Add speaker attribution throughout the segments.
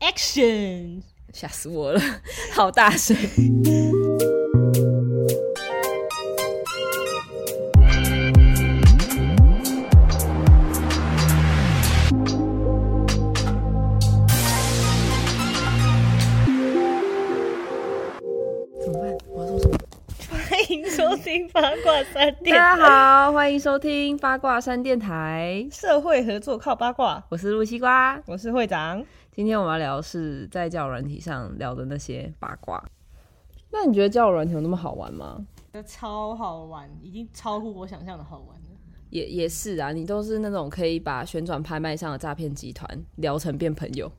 Speaker 1: Action！
Speaker 2: 吓死我了，好大声！怎么办？我要说什么？
Speaker 1: 欢迎收听八卦三
Speaker 2: 大
Speaker 1: 电
Speaker 2: 家
Speaker 1: 台，
Speaker 2: 好，欢迎收听八卦山电台，
Speaker 1: 社会合作靠八卦。
Speaker 2: 我是陆西瓜。
Speaker 1: 我是会长，
Speaker 2: 今天我们要聊的是在交友软体上聊的那些八卦。那你觉得交友软体有那么好玩吗？
Speaker 1: 超好玩，已经超乎我想象的好玩了。
Speaker 2: 也也是啊，你都是那种可以把旋转拍卖上的诈骗集团聊成变朋友。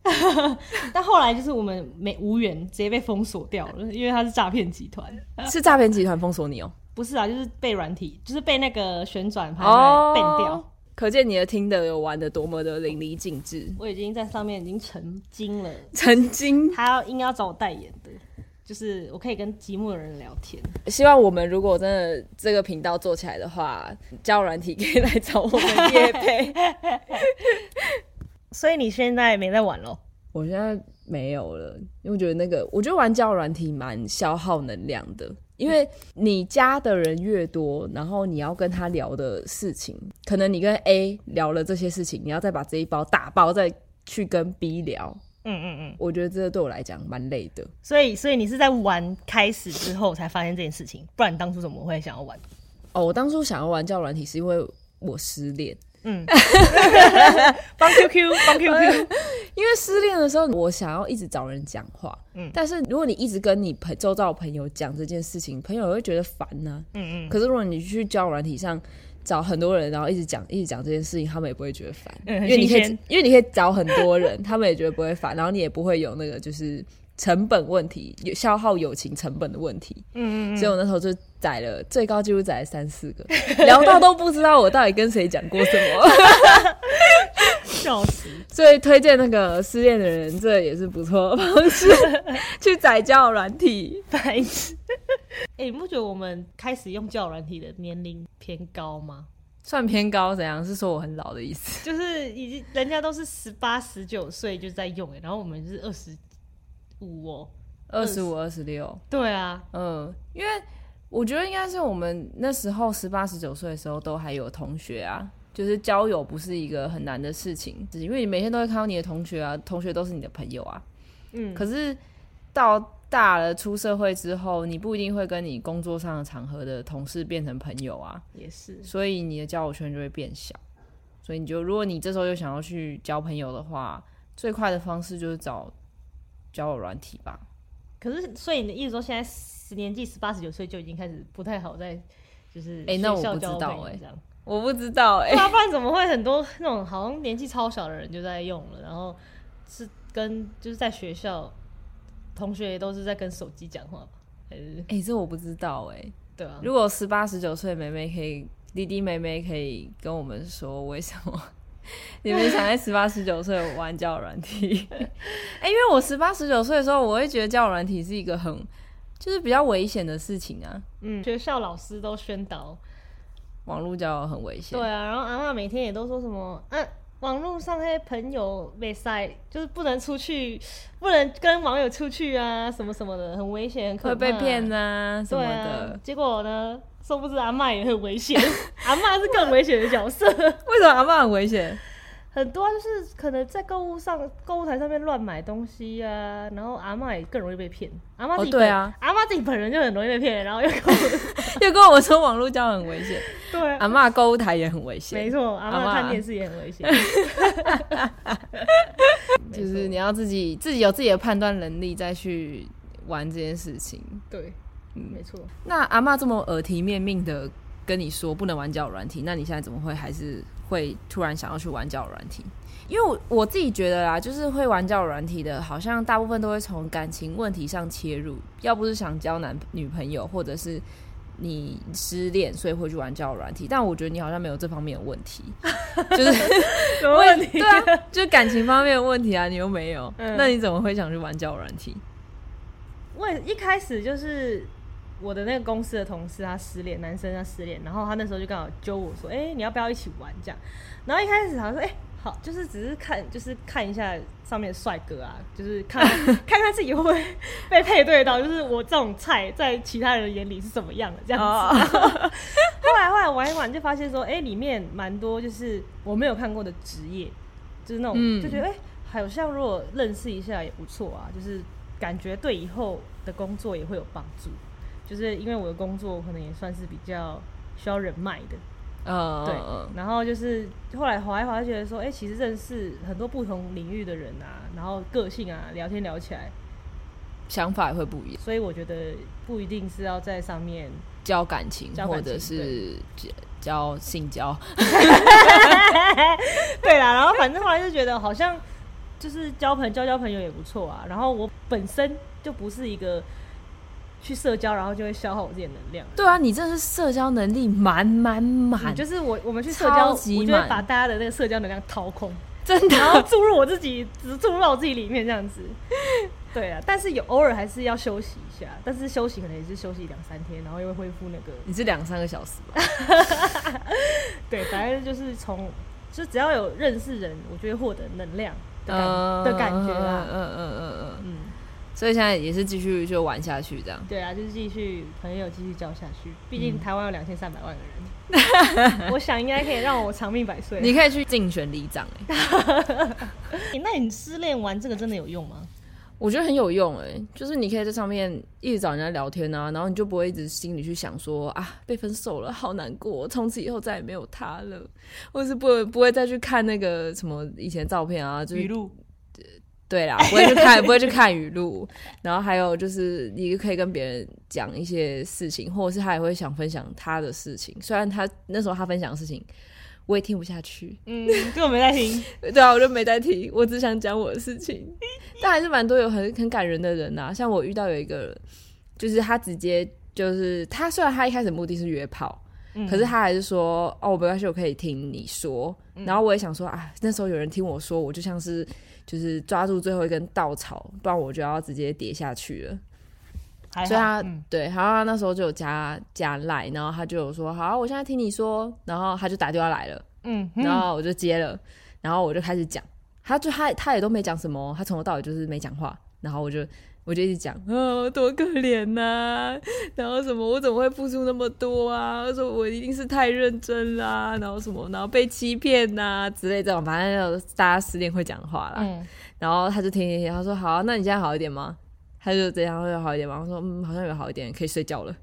Speaker 1: 但后来就是我们没无缘，直接被封锁掉了，因为他是诈骗集团。
Speaker 2: 是诈骗集团封锁你哦、
Speaker 1: 不是啊，就是被软体，就是被那个旋转拍卖
Speaker 2: 哦
Speaker 1: 变掉。
Speaker 2: 可见你的听的有玩的多么的淋漓尽致，
Speaker 1: 我已经在上面已经成精了，
Speaker 2: 曾经
Speaker 1: 他要硬要找我代言的，就是我可以跟积木的人聊 天。
Speaker 2: 希望我们如果真的这个频道做起来的话，交友软体可以来找我们 叶配。
Speaker 1: 所以你现在没在玩喽？
Speaker 2: 我现在没有了，因为我觉得那个，我觉得玩交友软体蛮消耗能量的，因为你加的人越多，然后你要跟他聊的事情，可能你跟 A 聊了这些事情，你要再把这一包打包再去跟 B 聊，
Speaker 1: 嗯嗯嗯。
Speaker 2: 我觉得这个对我来讲蛮累的。
Speaker 1: 所以，所以你是在玩开始之后才发现这件事情，不然你当初怎么会想要玩？
Speaker 2: 哦，我当初想要玩交友软体是因为我失恋，
Speaker 1: 嗯，帮 QQ，帮 QQ，
Speaker 2: 因为失恋的时候，我想要一直找人讲话，
Speaker 1: 嗯
Speaker 2: 但是如果你一直跟你朋周遭的朋友讲这件事情，朋友会觉得烦呐、
Speaker 1: 嗯嗯
Speaker 2: 可是如果你去交友软体上找很多人，然后一直讲一直讲这件事情，他们也不会觉得烦，
Speaker 1: 嗯很
Speaker 2: 因为你可
Speaker 1: 新
Speaker 2: 以
Speaker 1: 鲜
Speaker 2: 因为你可以找很多人，他们也觉得不会烦，然后你也不会有那个就是成本问题，有消耗友情成本的问题。
Speaker 1: 嗯嗯
Speaker 2: 所以我那时候就载了最高纪录载了三四个，聊到都不知道我到底跟谁讲过什么。
Speaker 1: 嗯，笑死！
Speaker 2: 所以推荐那个失恋的人，这也是不错的方 式去载交友软体。
Speaker 1: 白 痴。哎、你不觉得我们开始用交友软体的年龄偏高吗？
Speaker 2: 算偏高，怎样？是说我很老的意思？
Speaker 1: 就是已经人家都是十八、十九岁就在用、欸，然后我们是二十五哦。
Speaker 2: 二十五、二十六。
Speaker 1: 对啊，
Speaker 2: 嗯，因为我觉得应该是我们那时候十八十九岁的时候都还有同学啊，就是交友不是一个很难的事情，只是因为你每天都会看到你的同学啊，同学都是你的朋友啊。
Speaker 1: 嗯，
Speaker 2: 可是到大了出社会之后，你不一定会跟你工作上的场合的同事变成朋友啊，
Speaker 1: 也是。
Speaker 2: 所以你的交友圈就会变小。所以你就，如果你这时候又想要去交朋友的话，最快的方式就是找交友软体吧。
Speaker 1: 可是，所以你的意思说，现在十年纪十八、十九岁就已经开始不太好在，就是
Speaker 2: 欸那我
Speaker 1: 学校
Speaker 2: 不知
Speaker 1: 交
Speaker 2: 道
Speaker 1: 朋友
Speaker 2: 欸
Speaker 1: 这样。
Speaker 2: 我不知道 哎、
Speaker 1: 对啊，不然怎么会很多那种好像年纪超小的人就在用了，然后是跟就是在学校同学也都是在跟手机讲话吧？还是
Speaker 2: 哎、这我不知道哎、
Speaker 1: 对啊，
Speaker 2: 如果十八十九岁的妹妹可以，弟弟妹妹可以跟我们说为什么你们想在十八十九岁玩交友软体？ 哎、因为我十八十九岁的时候，我会觉得交友软体是一个很就是比较危险的事情啊，
Speaker 1: 嗯，学校老师都宣导，
Speaker 2: 网络交友很危险。
Speaker 1: 对啊，然后阿妈每天也都说什么，嗯、网络上那些朋友被塞，就是不能出去，不能跟网友出去啊，什么什么的，很危险，很可
Speaker 2: 会
Speaker 1: 怕
Speaker 2: 被骗呐、什
Speaker 1: 对
Speaker 2: 么
Speaker 1: 啊
Speaker 2: 的，，
Speaker 1: 结果呢，殊不知阿嬷也很危险， 阿嬷是更危险的角色。
Speaker 2: 为什么阿妈很危险？
Speaker 1: 很多、啊、就是可能在购物上、购物台上面乱买东西啊，然后阿嬷也更容易被骗。阿嬷自己
Speaker 2: 哦
Speaker 1: 本、
Speaker 2: 对啊
Speaker 1: 阿嬷自己本人就很容易被骗，然后又购 物
Speaker 2: 又跟我说网络交友很危险，
Speaker 1: 对啊、
Speaker 2: 阿妈购物台也很危 险
Speaker 1: 没。错，阿
Speaker 2: 阿嬷
Speaker 1: 嬷看电视也很危险。没错
Speaker 2: 就是你要自己自己有自己的判断能力再去玩这件事情。
Speaker 1: 对，
Speaker 2: 嗯
Speaker 1: 没错。
Speaker 2: 那阿嬷这么耳提面命的跟你说不能玩交友软体，那你现在怎么会还是会突然想要去玩交友软体？因为我我自己觉得啦，就是会玩交友软体的，好像大部分都会从感情问题上切入，要不是想交男女朋友，或者是你失恋，所以会去玩交友软体。但我觉得你好像没有这方面的问 题，就是
Speaker 1: 什么问题
Speaker 2: 对？啊，就是感情方面的问题啊，你又没有，
Speaker 1: 嗯
Speaker 2: 那你怎么会想去玩交友软体？
Speaker 1: 我也一开始就是我的那个公司的同事，他失恋，男生他失恋，然后他那时候就刚好揪我说：“哎、你要不要一起玩？”这样，然后一开始好像说：“哎、好，就是只是看，就是看一下上面的帅哥啊，就是 看看看自己会不会 被配对到，就是我这种菜在其他人眼里是怎么样的这样子。
Speaker 2: 哦，
Speaker 1: 后来后来玩一玩就发现说，哎、里面蛮多就是我没有看过的职业，就是那种、
Speaker 2: 嗯
Speaker 1: 就觉得哎、好像如果认识一下也不错啊，就是感觉对以后的工作也会有帮助。就是因为我的工作可能也算是比较需要人脉的，对
Speaker 2: 嗯，，
Speaker 1: 然后就是后来滑一滑，就觉得说，哎、其实认识很多不同领域的人啊，然后个性啊，聊天聊起来，
Speaker 2: 想法也会不一样，
Speaker 1: 所以我觉得不一定是要在上面，
Speaker 2: 交感情
Speaker 1: 交
Speaker 2: 或
Speaker 1: 感
Speaker 2: 者
Speaker 1: 情
Speaker 2: 是交交性交，
Speaker 1: 对啦，然后反正后来就觉得好像就是交朋交交朋友也不错啊。然后我本身就不是一个去社交，然后就会消耗我自己的能量。嗯
Speaker 2: 对啊，你真的是社交能力满满满，
Speaker 1: 就是我，我们去社交，
Speaker 2: 超
Speaker 1: 我
Speaker 2: 级
Speaker 1: 就会
Speaker 2: 满
Speaker 1: 把大家的那个社交能量掏空。
Speaker 2: 真
Speaker 1: 然后
Speaker 2: 的，
Speaker 1: 注入我自己，只注入到我自己里面这样子。对啊，但是有偶尔还是要休息一下，但是休息可能也是休息两三天，然后又会恢复那个。
Speaker 2: 你是两三个小时吧？
Speaker 1: 对，反正就是从，就只要有认识人，我就会获得能量 的感、
Speaker 2: 嗯
Speaker 1: 的感觉
Speaker 2: 嗯
Speaker 1: 啦。
Speaker 2: 嗯嗯嗯嗯，
Speaker 1: 嗯，
Speaker 2: 所以现在也是继续就玩下去这样。
Speaker 1: 对啊，就是继续朋友继续交下去，毕
Speaker 2: 嗯
Speaker 1: 竟台湾有两千三百万个 人，我想应该可以让我长命百岁。
Speaker 2: 你可以去竞选里长、欸，
Speaker 1: 那你失恋玩这个真的有用吗？
Speaker 2: 我觉得很有用、欸，就是你可以在上面一直找人家聊天啊，然后你就不会一直心里去想说啊被分手了，好难过，从此以后再也没有他了，或是不会不会再去看那个什么以前照片啊，就是
Speaker 1: 录
Speaker 2: 对啦，不会去看，不会去看语录。然后还有就是，你可以跟别人讲一些事情，或者是他也会想分享他的事情。虽然他那时候他分享的事情，我也听不下去。
Speaker 1: 嗯，这个我没在听。
Speaker 2: 对啊，我就没在听，我只想讲我的事情。但还是蛮多有很很感人的人呐、像我遇到有一个人，就是他直接就是他虽然他一开始目的是约炮，
Speaker 1: 嗯
Speaker 2: 可是他还是说哦，没关系，我可以听你说。
Speaker 1: 嗯
Speaker 2: 然后我也想说啊，那时候有人听我说，我就像是就是抓住最后一根稻草，不然我就要直接跌下去了。
Speaker 1: 还好
Speaker 2: 所以他、
Speaker 1: 嗯
Speaker 2: 对，然后他那时候就有加加赖，然后他就有说好，我现在听你说，然后他就打电话来了。
Speaker 1: 嗯，嗯
Speaker 2: 然后我就接了，然后我就开始讲，他就他他也都没讲什么，他从头到尾就是没讲话，然后我就我就一直讲，哦，多可怜呐、然后什么我怎么会付出那么多啊？我说我一定是太认真啦、然后什么，然后被欺骗呐、之类这种，反正就大家失恋会讲的话啦。
Speaker 1: 嗯
Speaker 2: 然后他就听听听，他说好啊、那你现在好一点吗？他就这样会有好一点吗？我说嗯，好像有好一点，可以睡觉了。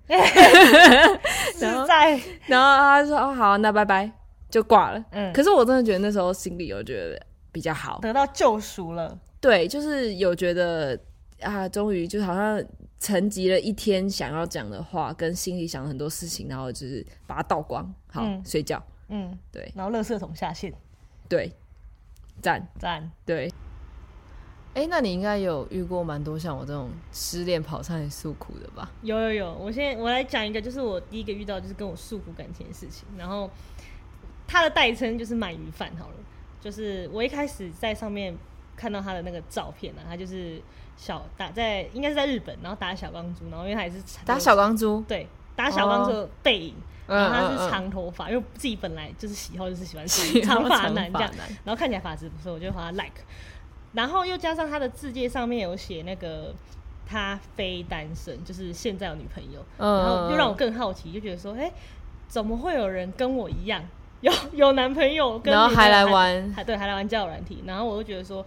Speaker 2: 然后
Speaker 1: 是在
Speaker 2: 然后他说哦好，那拜拜，就挂了。
Speaker 1: 嗯
Speaker 2: 可是我真的觉得那时候心里有觉得比较好，
Speaker 1: 得到救赎了。
Speaker 2: 对，就是有觉得啊，终于就是好像沉寂了一天想要讲的话，跟心里想的很多事情，然后就是把它倒光，好、
Speaker 1: 嗯
Speaker 2: 睡觉，
Speaker 1: 嗯，
Speaker 2: 对
Speaker 1: 然后垃圾桶下线，
Speaker 2: 对，赞，
Speaker 1: 赞。
Speaker 2: 对。哎，那你应该有遇过蛮多像我这种失恋跑上来诉苦的吧？
Speaker 1: 有有有，我现在我来讲一个，就是我第一个遇到就是跟我诉苦感情的事情，然后他的代称就是鳗鱼饭好了，就是我一开始在上面看到他的那个照片啊，他就是小打在应该是在日本，然后打小钢珠，然后因为他也是长
Speaker 2: 打小钢珠，
Speaker 1: 对打小钢珠的背影，
Speaker 2: 嗯
Speaker 1: 然后他
Speaker 2: 嗯
Speaker 1: 是
Speaker 2: 嗯
Speaker 1: 长头发，因为自己本来就是喜好就是喜 欢
Speaker 2: 喜欢
Speaker 1: 长发
Speaker 2: 长
Speaker 1: 男
Speaker 2: 发
Speaker 1: 这样
Speaker 2: 男，
Speaker 1: 然后看起来发质不错，我就把他 like。然后又加上他的字界上面有写那个他非单身，就是现在有女朋友，
Speaker 2: 嗯
Speaker 1: 然后又让我
Speaker 2: 嗯
Speaker 1: 更好奇，就觉得说，哎，怎么会有人跟我一样有有男朋友跟
Speaker 2: 然后
Speaker 1: 女朋友
Speaker 2: 还来玩
Speaker 1: 还对还来玩交友软体？然后我就觉得说，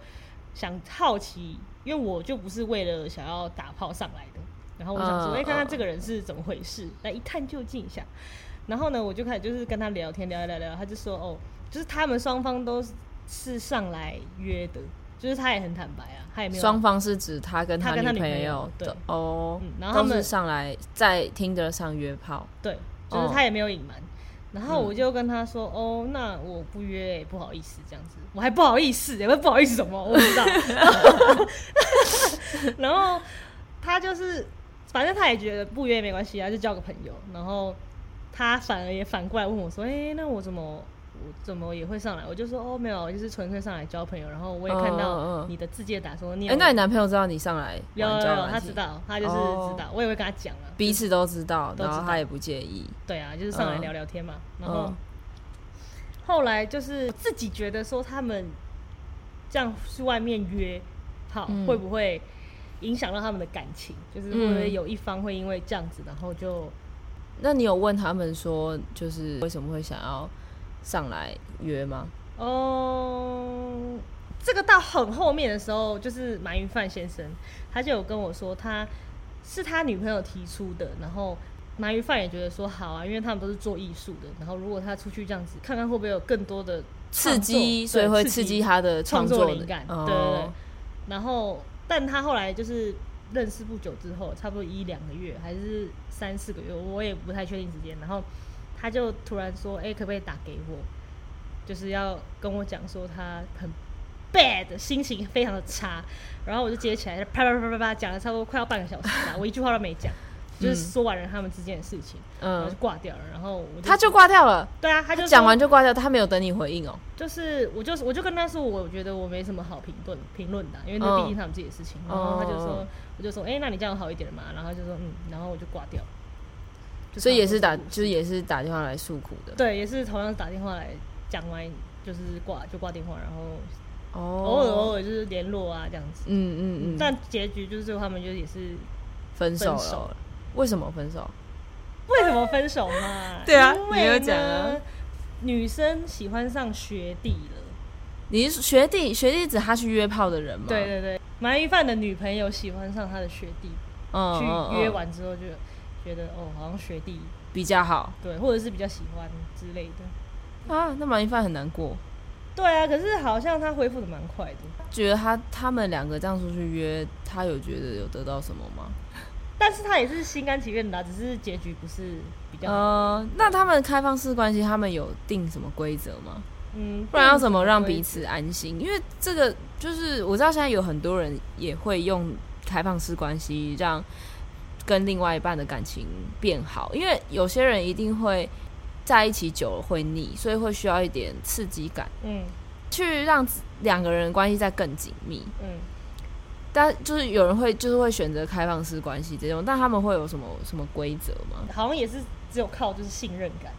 Speaker 1: 想好奇，因为我就不是为了想要打炮上来的，然后我想说，
Speaker 2: 嗯
Speaker 1: 哎、看看
Speaker 2: 嗯
Speaker 1: 这个人是怎么回事，来一探究竟一下。然后呢，我就开始就是跟他聊天，聊一聊聊，他就说哦，就是他们双方都是上来约的，就是他也很坦白啊，他也没有
Speaker 2: 双方是指他跟
Speaker 1: 他跟他
Speaker 2: 女
Speaker 1: 女朋
Speaker 2: 友
Speaker 1: 友对
Speaker 2: 的哦
Speaker 1: 嗯，然后他
Speaker 2: 都
Speaker 1: 们
Speaker 2: 是上来在听得上约炮，
Speaker 1: 对，就是
Speaker 2: 哦
Speaker 1: 他也没有隐瞒。然后
Speaker 2: 嗯
Speaker 1: 我就跟他说：“哦，那我不约、欸，不好意思，这样子，我还不好意思、欸，我不好意思什么，我不知道。 然后他就是，反正他也觉得不约也没关系啊，就交个朋友。然后他反而也反过来问我说：，哎、那我怎么我怎么也会上来？我就说：哦，没有，我就是纯粹上来交朋友。然后我也看
Speaker 2: 嗯嗯
Speaker 1: 到
Speaker 2: 嗯
Speaker 1: 你的字界打说你
Speaker 2: 哎、
Speaker 1: 有、
Speaker 2: 那你男朋友知道你上来
Speaker 1: 有
Speaker 2: 玩
Speaker 1: 有
Speaker 2: 交友
Speaker 1: 有，
Speaker 2: 软
Speaker 1: 他
Speaker 2: 体
Speaker 1: 知道，他就是
Speaker 2: 哦
Speaker 1: 知道，我也会跟他讲啊。
Speaker 2: 彼此都知道，
Speaker 1: 都知
Speaker 2: 然
Speaker 1: 道
Speaker 2: 后他也不介意。
Speaker 1: 对啊，就是上来
Speaker 2: 嗯
Speaker 1: 聊聊天嘛，然后
Speaker 2: 嗯，
Speaker 1: 后来就是自己觉得说他们这样去外面约炮、
Speaker 2: 嗯
Speaker 1: 会不会影响到他们的感情？就是会不会
Speaker 2: 嗯
Speaker 1: 有一方会因为这样子，然后就
Speaker 2: 那你有问他们说，就是为什么会想要上来约吗？
Speaker 1: 哦，这个到很后面的时候，就是鳗鱼饭先生，他就有跟我说他，是他女朋友提出的，然后鳗鱼饭也觉得说好啊，因为他们都是做艺术的，然后如果他出去这样子，看看会不会有更多的创
Speaker 2: 刺
Speaker 1: 作
Speaker 2: 激，
Speaker 1: 对
Speaker 2: 所以会
Speaker 1: 刺
Speaker 2: 刺
Speaker 1: 激
Speaker 2: 激他的
Speaker 1: 创
Speaker 2: 作
Speaker 1: 作灵感，
Speaker 2: 哦、
Speaker 1: 对对对。然后，但他后来就是认识不久之后，差不多一两个月还是三四个月，我也不太确定时间。然后他就突然说：“哎、可不可以打给我？”就是要跟我讲说他很 bad，心情非常的差。然后我就接起来，啪啪啪啪啪啪讲了差不多快要半个小时 吧，我一句话都没讲，就是说完了他们之间的事情，然后
Speaker 2: 嗯
Speaker 1: 就，挂掉了。然后我就
Speaker 2: 他就挂掉了。
Speaker 1: 对啊，他就
Speaker 2: 讲
Speaker 1: 说
Speaker 2: 完就挂掉，他没有等你回应哦。
Speaker 1: 就是我就是我就跟他说，我觉得我没什么好评论评论的啊，因为那
Speaker 2: 嗯
Speaker 1: 毕竟他们自己的事情。然后他就说
Speaker 2: 哦，
Speaker 1: 我就说，哎、那你这样好一点嘛？然后他就说，嗯，然后我就挂掉了。就
Speaker 2: 所以也
Speaker 1: 差不
Speaker 2: 是
Speaker 1: 多
Speaker 2: 打，
Speaker 1: 这个故事
Speaker 2: 就是也是打电话来诉苦的。
Speaker 1: 对，也是同样打电话来讲完，就是挂就挂电话，然后
Speaker 2: 哦，
Speaker 1: 偶尔偶
Speaker 2: 尔，
Speaker 1: 尔就是联络啊这样子。
Speaker 2: 嗯嗯嗯，
Speaker 1: 但结局就是最后他们就是也是
Speaker 2: 分手
Speaker 1: 分手
Speaker 2: 了，为什么分手？
Speaker 1: 为什么分手嘛？
Speaker 2: 对啊
Speaker 1: 因
Speaker 2: 你有
Speaker 1: 为
Speaker 2: 讲啊
Speaker 1: 呢，女生喜欢上学弟了。
Speaker 2: 你是学弟，学弟指他去约炮的人吗？
Speaker 1: 对，对对，鳗鱼饭的女朋友喜欢上他的学弟，
Speaker 2: 嗯嗯
Speaker 1: 去约
Speaker 2: 嗯
Speaker 1: 完之后就觉得哦，好像学弟
Speaker 2: 比较好
Speaker 1: 对，或者是比较喜欢之类的。
Speaker 2: 啊。那马一帆很难过，
Speaker 1: 对啊，可是好像他恢复的蛮快的，
Speaker 2: 觉得他他们两个这样出去约，他有觉得有得到什么吗？
Speaker 1: 但是他也是心甘情愿的啊啦、只是结局不是比较好
Speaker 2: 呃，那他们开放式关系，他们有定什么规则吗？
Speaker 1: 嗯，
Speaker 2: 不然要怎
Speaker 1: 么
Speaker 2: 么让
Speaker 1: 规
Speaker 2: 彼此安心？因为这个就是我知道现在有很多人也会用开放式关系让跟另外一半的感情变好，因为有些人一定会在一起久了会腻，所以会需要一点刺激感，
Speaker 1: 嗯
Speaker 2: 去让自两个人关系再更紧密。
Speaker 1: 嗯，
Speaker 2: 但就是有人会就是会选择开放式关系这种，但他们会有什么什么规则吗？
Speaker 1: 好像也是只有靠就是信任感，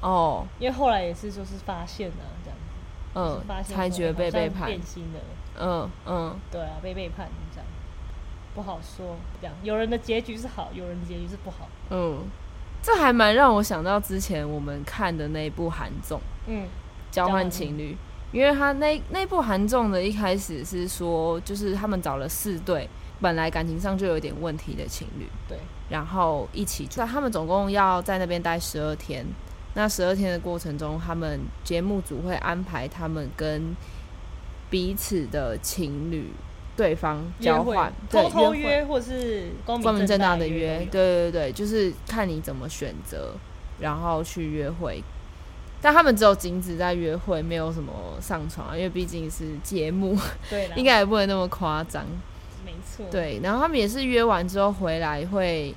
Speaker 2: 哦，
Speaker 1: 因为后来也是就是发现啊这样子，
Speaker 2: 嗯
Speaker 1: 就是发，现
Speaker 2: 才
Speaker 1: 说哎
Speaker 2: 觉
Speaker 1: 好
Speaker 2: 被
Speaker 1: 像
Speaker 2: 背叛
Speaker 1: 变，心了，
Speaker 2: 嗯嗯。
Speaker 1: 对啊，被背叛这样。不好说，这样有人的结局是好，有人的结局是不好。
Speaker 2: 嗯，这还蛮让我想到之前我们看的那一部韩综《
Speaker 1: 嗯
Speaker 2: 交换情侣》，因为他那那部韩综的一开始是说，就是他们找了四对本来感情上就有点问题的情侣，
Speaker 1: 对，
Speaker 2: 然后一起住，他们总共要在那边待十二天。那十二天的过程中，他们节目组会安排他们跟彼此的情侣对方交换，
Speaker 1: 约
Speaker 2: 对
Speaker 1: 会偷偷
Speaker 2: 约会
Speaker 1: 约或是光
Speaker 2: 光明正大的
Speaker 1: 约
Speaker 2: 约，
Speaker 1: 都有，
Speaker 2: 对对对，就是看你怎么选择，然后去约会。但他们只有仅止在约会，没有什么上床啊，因为毕竟是节目，
Speaker 1: 对啦，啊
Speaker 2: 应该也不能那么夸张。
Speaker 1: 没错，，
Speaker 2: 对，然后他们也是约完之后回来会，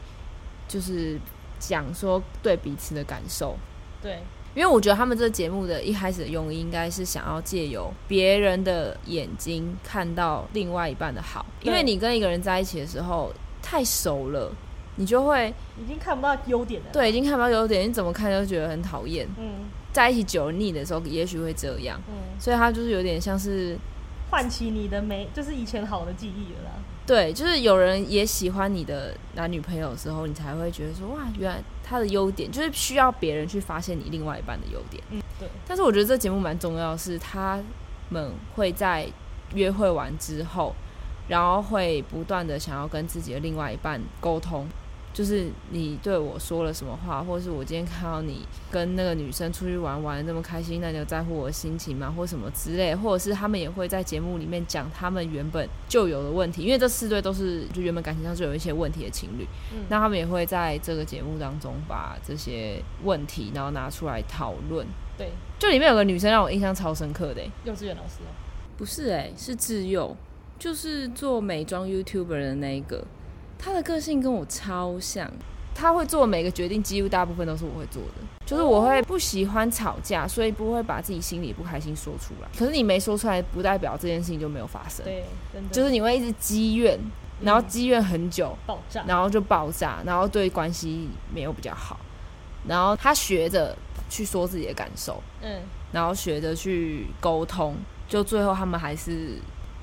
Speaker 2: 就是讲说对彼此的感受，
Speaker 1: 对，
Speaker 2: 因为我觉得他们这个节目的一开始的用意，应该是想要借由别人的眼睛看到另外一半的好，
Speaker 1: 对
Speaker 2: 因为你跟一个人在一起的时候太熟了，你就会
Speaker 1: 已经看不到优点了。，
Speaker 2: 对已经看不到优点，你怎么看都觉得很讨厌。
Speaker 1: 嗯
Speaker 2: 在一起久了腻的时候，也许会这样，
Speaker 1: 嗯，
Speaker 2: 所以他就是有点像是
Speaker 1: 唤起你的美，就是以前好的记忆了啦。
Speaker 2: 对，就是有人也喜欢你的男女朋友的时候，你才会觉得说哇，原来他的优点就是需要别人去发现你另外一半的优点。
Speaker 1: 嗯，对，
Speaker 2: 但是我觉得这节目蛮重要的是，他们会在约会完之后，然后会不断的想要跟自己的另外一半沟通，就是你对我说了什么话，或者是我今天看到你跟那个女生出去玩玩的那么开心，那你有在乎我的心情吗？或什么之类，或者是他们也会在节目里面讲他们原本就有的问题，因为这四对都是就原本感情上就有一些问题的情侣，
Speaker 1: 嗯
Speaker 2: 那他们也会在这个节目当中把这些问题然后拿出来讨论。
Speaker 1: 对，
Speaker 2: 就里面有个女生让我印象超深刻的欸、
Speaker 1: 幼稚园老师哦，
Speaker 2: 不是哎、是智佑，就是做美妆 YouTuber 的那一个，她的个性跟我超像。她会做每个决定，几乎大部分都是我会做的。就是我会不喜欢吵架，所以不会把自己心里不开心说出来。可是你没说出来，不代表这件事情就没有发生。
Speaker 1: 对，真的
Speaker 2: 就是你会一直积怨，然后
Speaker 1: 嗯
Speaker 2: 积怨很久，
Speaker 1: 爆炸，
Speaker 2: 然后就爆炸，然后对关系没有比较好。然后他学着去说自己的感受，
Speaker 1: 嗯，
Speaker 2: 然后学着去沟通，就最后他们还是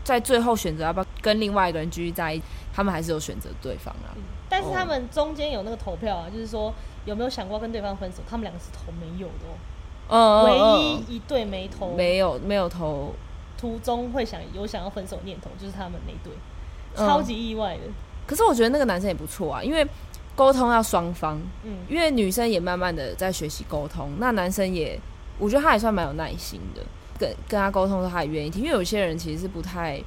Speaker 2: 在最后选择要不要跟另外一个人继续在一起，他们还是有选择对方啊。
Speaker 1: 但是
Speaker 2: 哦
Speaker 1: 他们中间有那个投票啊，就是说有没有想过跟对方分手，他们两个是投没有的哦，
Speaker 2: 嗯，嗯
Speaker 1: 唯一一对没投，
Speaker 2: 嗯没有没有投，
Speaker 1: 途中会想有想要分手念头，就是他们那一对，
Speaker 2: 嗯
Speaker 1: 超级意外的，
Speaker 2: 可是我觉得那个男生也不错啊，因为沟通要双方，
Speaker 1: 嗯
Speaker 2: 因为女生也慢慢的在学习沟通，那男生也，我觉得他也算蛮有耐心的，跟跟他沟通的时候他也愿意听，因为有些人其实是不太，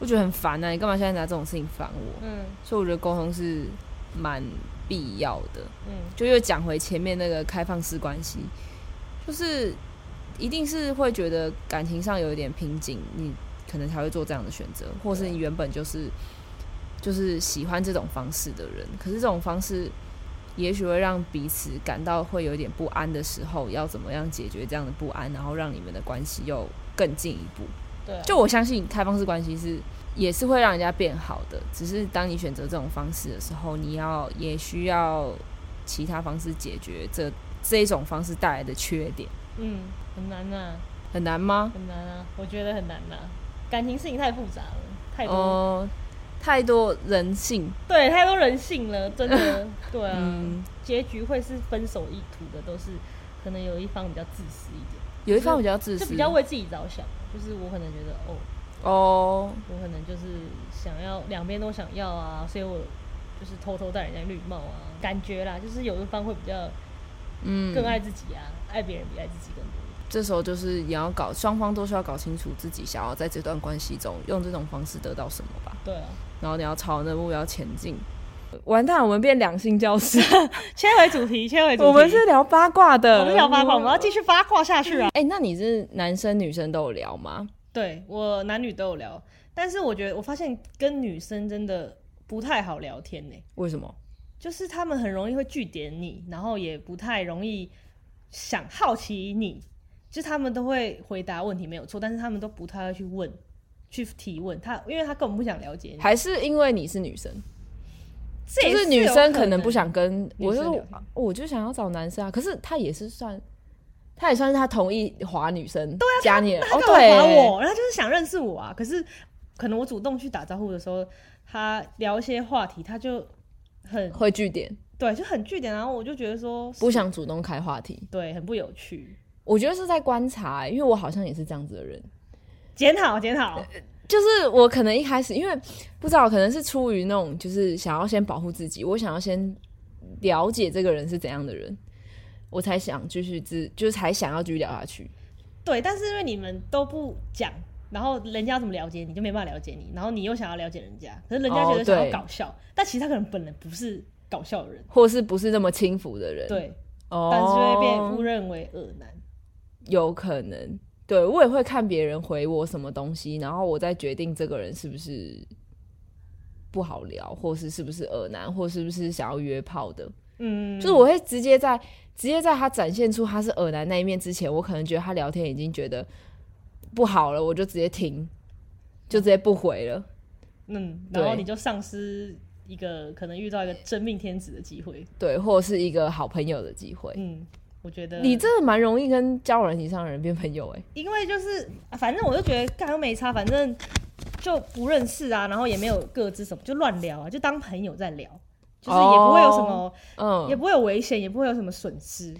Speaker 2: 我觉得很烦啊，你干嘛现在拿这种事情烦我？
Speaker 1: 嗯
Speaker 2: 所以我觉得沟通是蛮必要的。
Speaker 1: 嗯，
Speaker 2: 就又讲回前面那个开放式关系，就是一定是会觉得感情上有一点瓶颈，你可能才会做这样的选择，或是你原本就是就是喜欢这种方式的人，可是这种方式也许会让彼此感到会有点不安的时候，要怎么样解决这样的不安，然后让你们的关系又更进一步。
Speaker 1: 对啊，
Speaker 2: 就我相信开放式关系是也是会让人家变好的，只是当你选择这种方式的时候，你要也需要其他方式解决这这一种方式带来的缺点，
Speaker 1: 嗯很难呐、啊，
Speaker 2: 很难吗？
Speaker 1: 很难啊，我觉得很难呐、感情事情太复杂了，太多、
Speaker 2: 哦、太多人性，
Speaker 1: 对太多人性了，真 的，对啊，
Speaker 2: 嗯，
Speaker 1: 结局会是分手意图的，都是可能有一方比较自私一点。
Speaker 2: 有一方比较自
Speaker 1: 就
Speaker 2: 私，
Speaker 1: 比较为自己着想，就是我可能觉得哦，
Speaker 2: 哦，
Speaker 1: 我可能就是想要两边都想要啊，所以我就是偷偷戴人家绿帽啊，感觉啦，就是有一方会比较
Speaker 2: 嗯，
Speaker 1: 更爱自己啊，爱别人比爱自己更多。
Speaker 2: 这时候就是也要搞，双方都需要搞清楚自己想要在这段关系中用这种方式得到什么吧，
Speaker 1: 对啊，
Speaker 2: 然后你要朝那个目标前进。完蛋，我们变两性教师。
Speaker 1: 切回主题，切回主题，
Speaker 2: 我们是嗯聊八卦的，
Speaker 1: 我们聊八卦，我们要继续八卦下去啊。
Speaker 2: 哎、那你是男生女生都有聊吗？
Speaker 1: 对我男女都有聊，但是我觉得我发现跟女生真的不太好聊天呢、
Speaker 2: 为什么？
Speaker 1: 就是他们很容易会据点你，然后也不太容易想好奇你，就是他们都会回答问题没有错，但是他们都不太会去问、去提问他，因为他根本不想了解你。
Speaker 2: 还是因为你是女生？
Speaker 1: 嗯这也
Speaker 2: 就是
Speaker 1: 是
Speaker 2: 女
Speaker 1: 有
Speaker 2: 生
Speaker 1: 可
Speaker 2: 可能不，想跟，
Speaker 1: 女
Speaker 2: 我
Speaker 1: 生
Speaker 2: 就哦
Speaker 1: 聊
Speaker 2: 是我就想要找男生啊。可是他也是算，他也算是他同意划女生，对啊，加你了
Speaker 1: 他
Speaker 2: 哦，
Speaker 1: 干
Speaker 2: 对
Speaker 1: 嘛划，我？然后他就是想认识我啊。可是可能我主动去打招呼的时候，他聊一些话题，他就很
Speaker 2: 会据点，
Speaker 1: 对，就很据点，然后我就觉得说
Speaker 2: 不想主动开话题。
Speaker 1: 对，很不有趣。
Speaker 2: 我觉得是在观察、因为我好像也是这样子的人。
Speaker 1: 检讨检讨，
Speaker 2: 就是我可能一开始因为不知道，可能是出于那种就是想要先保护自己，我想要先了解这个人是怎样的人，我才想继续知，就是才想要继续聊下去。
Speaker 1: 对，但是因为你们都不讲，然后人家怎么了解你，就没办法了解你，然后你又想要了解人家，可是人家
Speaker 2: 哦
Speaker 1: 觉得想
Speaker 2: 对
Speaker 1: 要搞笑，但其实他可能本人不是搞笑的人，
Speaker 2: 或是不是那么轻浮的人，，
Speaker 1: 对，
Speaker 2: 哦、
Speaker 1: 但是就会被误认为恶男。
Speaker 2: 有可能。对我也会看别人回我什么东西，然后我再决定这个人是不是不好聊，或是是不是恶男，或是不是想要约炮的。
Speaker 1: 嗯，
Speaker 2: 就是我会直接在直接在他展现出他是耳男那一面之前，我可能觉得他聊天已经觉得不好了，我就直接停，就直接不回了。
Speaker 1: 嗯，然后
Speaker 2: 对
Speaker 1: 你就丧失一个可能遇到一个真命天子的机会。
Speaker 2: 对，或者是一个好朋友的机会。
Speaker 1: 嗯，我觉得
Speaker 2: 你真的蛮容易跟交友软体上的人变朋友哎、
Speaker 1: 因为就是，啊反正我就觉得干又没差，反正就不认识啊，然后也没有各自什么，就乱聊啊，就当朋友在聊，就是也不会有什么，也
Speaker 2: 嗯，
Speaker 1: 不会有危险，也不会有什么损失。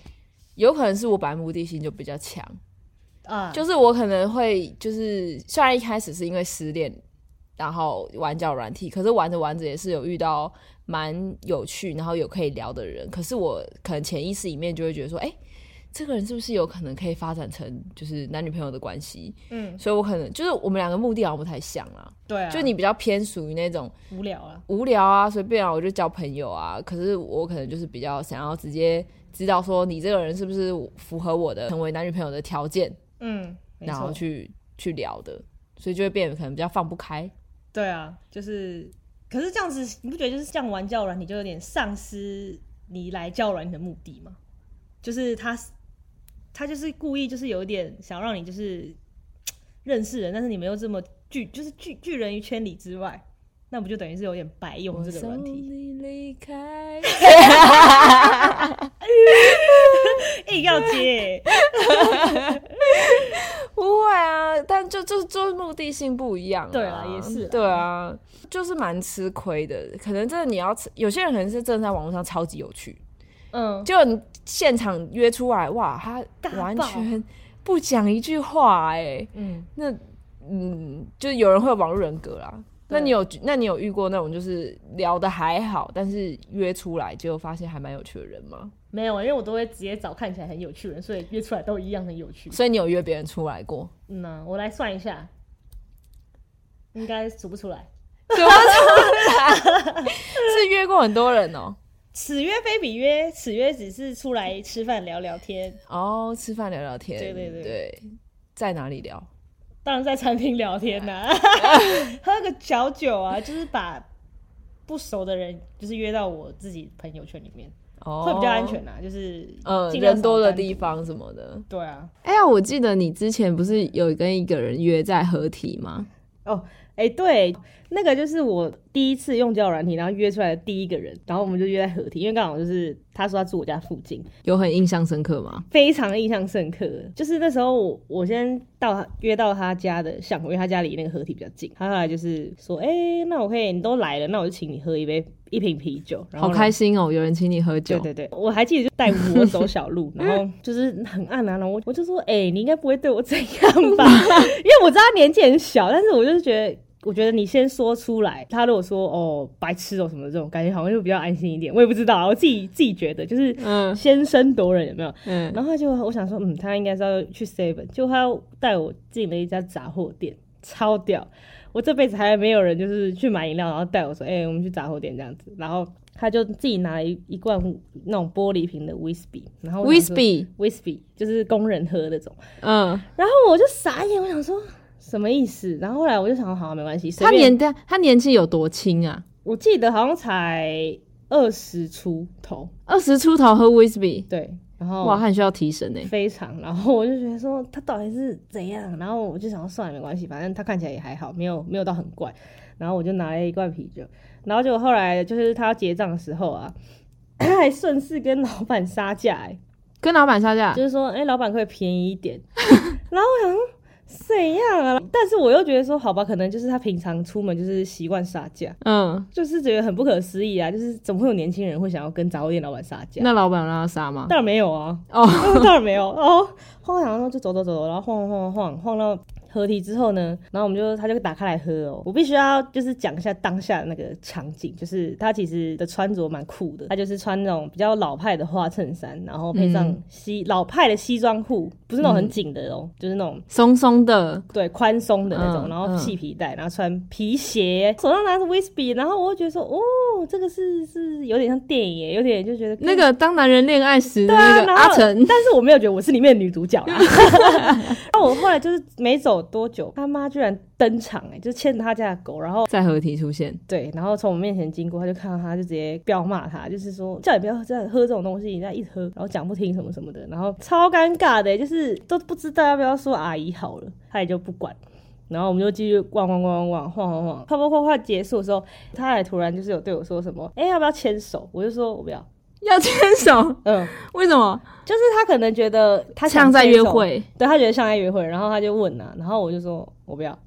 Speaker 2: 有可能是我本来目的性就比较强，
Speaker 1: 啊，
Speaker 2: 就是我可能会就是虽然一开始是因为失恋，然后玩交友软体，可是玩着玩着也是有遇到蛮有趣，然后有可以聊的人。可是我可能潜意识里面就会觉得说，哎、这个人是不是有可能可以发展成就是男女朋友的关系？
Speaker 1: 嗯，
Speaker 2: 所以我可能就是我们两个目的好像不太像啦，
Speaker 1: 对啊，
Speaker 2: 就你比较偏属于那种
Speaker 1: 无聊啊，
Speaker 2: 无聊啊，随便啊，我就交朋友啊。可是我可能就是比较想要直接知道说你这个人是不是符合我的成为男女朋友的条件。
Speaker 1: 嗯，没
Speaker 2: 然后
Speaker 1: 错，
Speaker 2: 去去聊的，所以就会变得可能比较放不开。
Speaker 1: 对啊，就是，可是这样子，你不觉得就是这样玩教软，你就有点丧失你来教软你的目的吗？就是他，他就是故意就是有一点想让你就是认识人，但是你们又这么拒，就是拒拒人于千里之外，那不就等于是有点白用这个软
Speaker 2: 我
Speaker 1: 体
Speaker 2: 送？你离开。
Speaker 1: 硬哎要接、
Speaker 2: 不会啊，但就就就是目的性不一样、
Speaker 1: 对
Speaker 2: 啊
Speaker 1: 啦，也是啦
Speaker 2: 对啊，就是蛮吃亏的。可能真的你要吃，有些人可能是真的在网络上超级有趣，
Speaker 1: 嗯，
Speaker 2: 就你现场约出来，哇，他
Speaker 1: 尬爆
Speaker 2: 完全不讲一句话、哎，
Speaker 1: 嗯，
Speaker 2: 那嗯，就有人会有网络人格啦。
Speaker 1: 对
Speaker 2: 那你有那你有遇过那种就是聊的还好，但是约出来结果发现还蛮有趣的人吗？
Speaker 1: 没有，因为我都会直接找看起来很有趣的人，所以约出来都一样很有趣。
Speaker 2: 所以你有约别人出来 过？
Speaker 1: 嗯呐、我来算一下，应该数不出来。
Speaker 2: 怎么出来？是约过很多人哦、
Speaker 1: 此约非彼约，此约只是出来吃饭聊聊天，
Speaker 2: 哦，吃饭聊聊天，
Speaker 1: 对对对
Speaker 2: 在哪里聊？
Speaker 1: 当然在餐厅聊天 呐、喝个小酒啊，就是把不熟的人就是约到我自己朋友圈里面，
Speaker 2: 哦，
Speaker 1: 会比较安全。呐、就是
Speaker 2: 嗯，
Speaker 1: 尽量
Speaker 2: 人多的
Speaker 1: 少单独
Speaker 2: 地。方什么的。
Speaker 1: 对啊，
Speaker 3: 哎呀，我记得你之前不是有跟一个人约在合体吗？
Speaker 1: 哦，哎、对，那个就是我第一次用交友软体，然后约出来的第一个人，然后我们就约在合体，因为刚好就是他说他住我家附近，
Speaker 3: 有很印象深刻吗？
Speaker 1: 非常印象深刻。就是那时候我我先到他约到他家的巷口，因为他家离那个合体比较近。他后来就是说，哎、那我可以，你都来了，那我就请你喝一杯 一瓶啤酒，然后
Speaker 3: 好
Speaker 1: 呢
Speaker 3: 开。心哦，有人请你喝酒。
Speaker 1: 对对对，我还记得就带我走小路，然 后就是很暗啊，然后我我就说，哎、你应该不会对我怎样吧？ 因为我知道他年纪很小，但是我就是觉得，我觉得你先说出来，他如果说哦白痴哦什么这种，感觉好像就比较安心一点。我也不知道啊，我自己自己觉得就是
Speaker 3: 嗯
Speaker 1: 先声夺人有没有？
Speaker 3: 嗯，
Speaker 1: 然后就我想说，嗯，他应该是要去 Seven，就他带我进了一家杂货店，超屌！我这辈子还没有人就是去买饮料，然后带我说，哎、我们去杂货店这样子。然后他就自己拿一一罐那种玻璃瓶的 Whisky，然后
Speaker 3: Whisky，
Speaker 1: Whisky 就是工人喝那种。
Speaker 3: 嗯，
Speaker 1: 然后我就傻眼，我想说什么意思？然后后来我就想，好、没关系，随
Speaker 3: 他
Speaker 1: 便
Speaker 3: 年代他年纪有多轻啊？
Speaker 1: 我记得好像才二十出头，
Speaker 3: 二十出头喝 whisky，
Speaker 1: 对。然后
Speaker 2: 哦
Speaker 3: 哇，他很需要提神欸呢。
Speaker 1: 非常，然后我就觉得说他到底是怎样，然后我就想说算了没关系，反正他看起来也还好，没有没有到很怪，然后我就拿了一罐啤酒，然后结果后来就是他要结账的时候啊，他还顺势跟老板杀价、欸，
Speaker 3: 跟老板杀价
Speaker 1: 就，是说哎、老板可不可以便宜一点，然后我想说怎样啊，但是我又觉得说好吧，可能就是他平常出门就是习惯杀价，
Speaker 3: 嗯，
Speaker 1: 就是觉得很不可思议啊，就是怎么会有年轻人会想要跟杂货店老板杀价？
Speaker 3: 那老板有让他杀吗？
Speaker 1: 当然没有啊，
Speaker 3: 哦，
Speaker 1: 当然没有。然后后来然后就走走走走，然后晃晃晃晃晃到合体之后呢，然后我们就他就打开来喝哦。我必须要就是讲一下当下的那个场景，就是他其实的穿着蛮酷的，他就是穿那种比较老派的花衬衫，然后配上
Speaker 3: 嗯
Speaker 1: 西、老派的西装裤，不是那种很紧的哦，就是那种
Speaker 3: 松松的，
Speaker 1: 对，宽松的那种，
Speaker 3: 嗯
Speaker 1: 然后系皮带，然后穿皮鞋，手上拿着 whisky，然后我就觉得说，哦，这个是是有点像电影耶，有点就觉得
Speaker 3: 那个当男人恋爱时的
Speaker 1: 嗯对啊
Speaker 3: 那个
Speaker 1: 然后
Speaker 3: 阿 成，
Speaker 1: 但是我没有觉得我是里面的女主角啦。然后我后来就是没走多久，他妈居然登场、欸，哎，就牵着他家的狗，然后
Speaker 3: 在合体出现，
Speaker 1: 对，然后从我面前经过，他就看到他就直接彪骂他，就是说叫你不要再喝这种东西，你再一直喝，然后讲不听什么什么的，然后超尴尬的欸、就是都不知道要不要说阿姨好了，他也就不管。然后我们就继续逛逛逛逛逛晃晃晃，差不多快快结束的时候，他还突然就是有对我说什么，哎、要不要牵手？我就说我不要，
Speaker 3: 要牵手，
Speaker 1: 嗯，
Speaker 3: 为什么？
Speaker 1: 就是他可能觉得他想
Speaker 3: 像在
Speaker 1: 牵
Speaker 3: 约
Speaker 1: 手
Speaker 3: 会，
Speaker 1: 对他觉得像在约会，然后他就问啊，然后我就说我不要，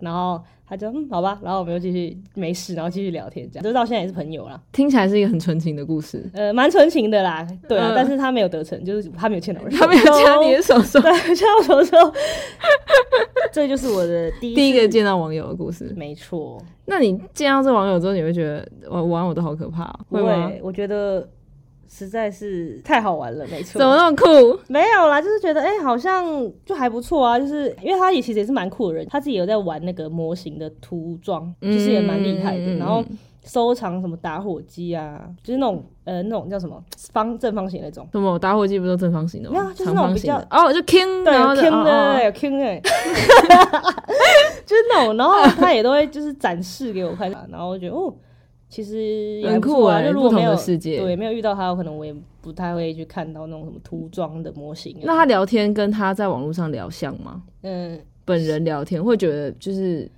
Speaker 1: 然后他就嗯好吧，然后我们就继续没事，然后继续聊天，这样就到现在也是朋友啦，
Speaker 3: 听起来是一个很纯情的故事。
Speaker 1: 呃，蛮纯情的啦，对啊，
Speaker 3: 嗯
Speaker 1: 但是他没有得逞，就是他没有欠到人，
Speaker 3: 他没有加你的手手，
Speaker 1: 对，像我所说，这就是我的第一
Speaker 3: 第一个
Speaker 1: 次，
Speaker 3: 见到网友的故事。
Speaker 1: 没错，
Speaker 3: 那你见到这网友之后，你会觉得我网友都好可怕、哦，会吗？
Speaker 1: 对，我觉得实在是太好玩了，没错，
Speaker 3: 怎么那么酷？
Speaker 1: 没有啦，就是觉得哎、好像就还不错啊，就是因为他也其实也是蛮酷的人，他自己有在玩那个模型的涂装，
Speaker 3: 嗯
Speaker 1: 就是也蛮厉害的。
Speaker 3: 嗯
Speaker 1: 然后收藏什么打火机啊，就是那种呃那种叫什么方正方形那种，
Speaker 3: 什么打火机不都正方形的吗？
Speaker 1: 没有啊就是
Speaker 3: 长
Speaker 1: 那种
Speaker 3: 方
Speaker 1: 比
Speaker 3: 形
Speaker 1: 较
Speaker 3: 的哦，就 king，
Speaker 1: 对，
Speaker 3: 然
Speaker 1: 有
Speaker 3: 后
Speaker 1: king 的，
Speaker 3: 哦
Speaker 1: 有 king 的， 就是那种。然后他也都会就是展示给我看，然后我觉得哦。其实也还不错啊，
Speaker 3: 很酷欸
Speaker 1: 就如果没有
Speaker 3: 不同的世界
Speaker 1: 对没有遇到他，我可能我也不太会去看到那种什么涂装的模型啊。
Speaker 3: 那他聊天跟他在网络上聊像吗？
Speaker 1: 嗯，
Speaker 3: 本人聊天会觉得就是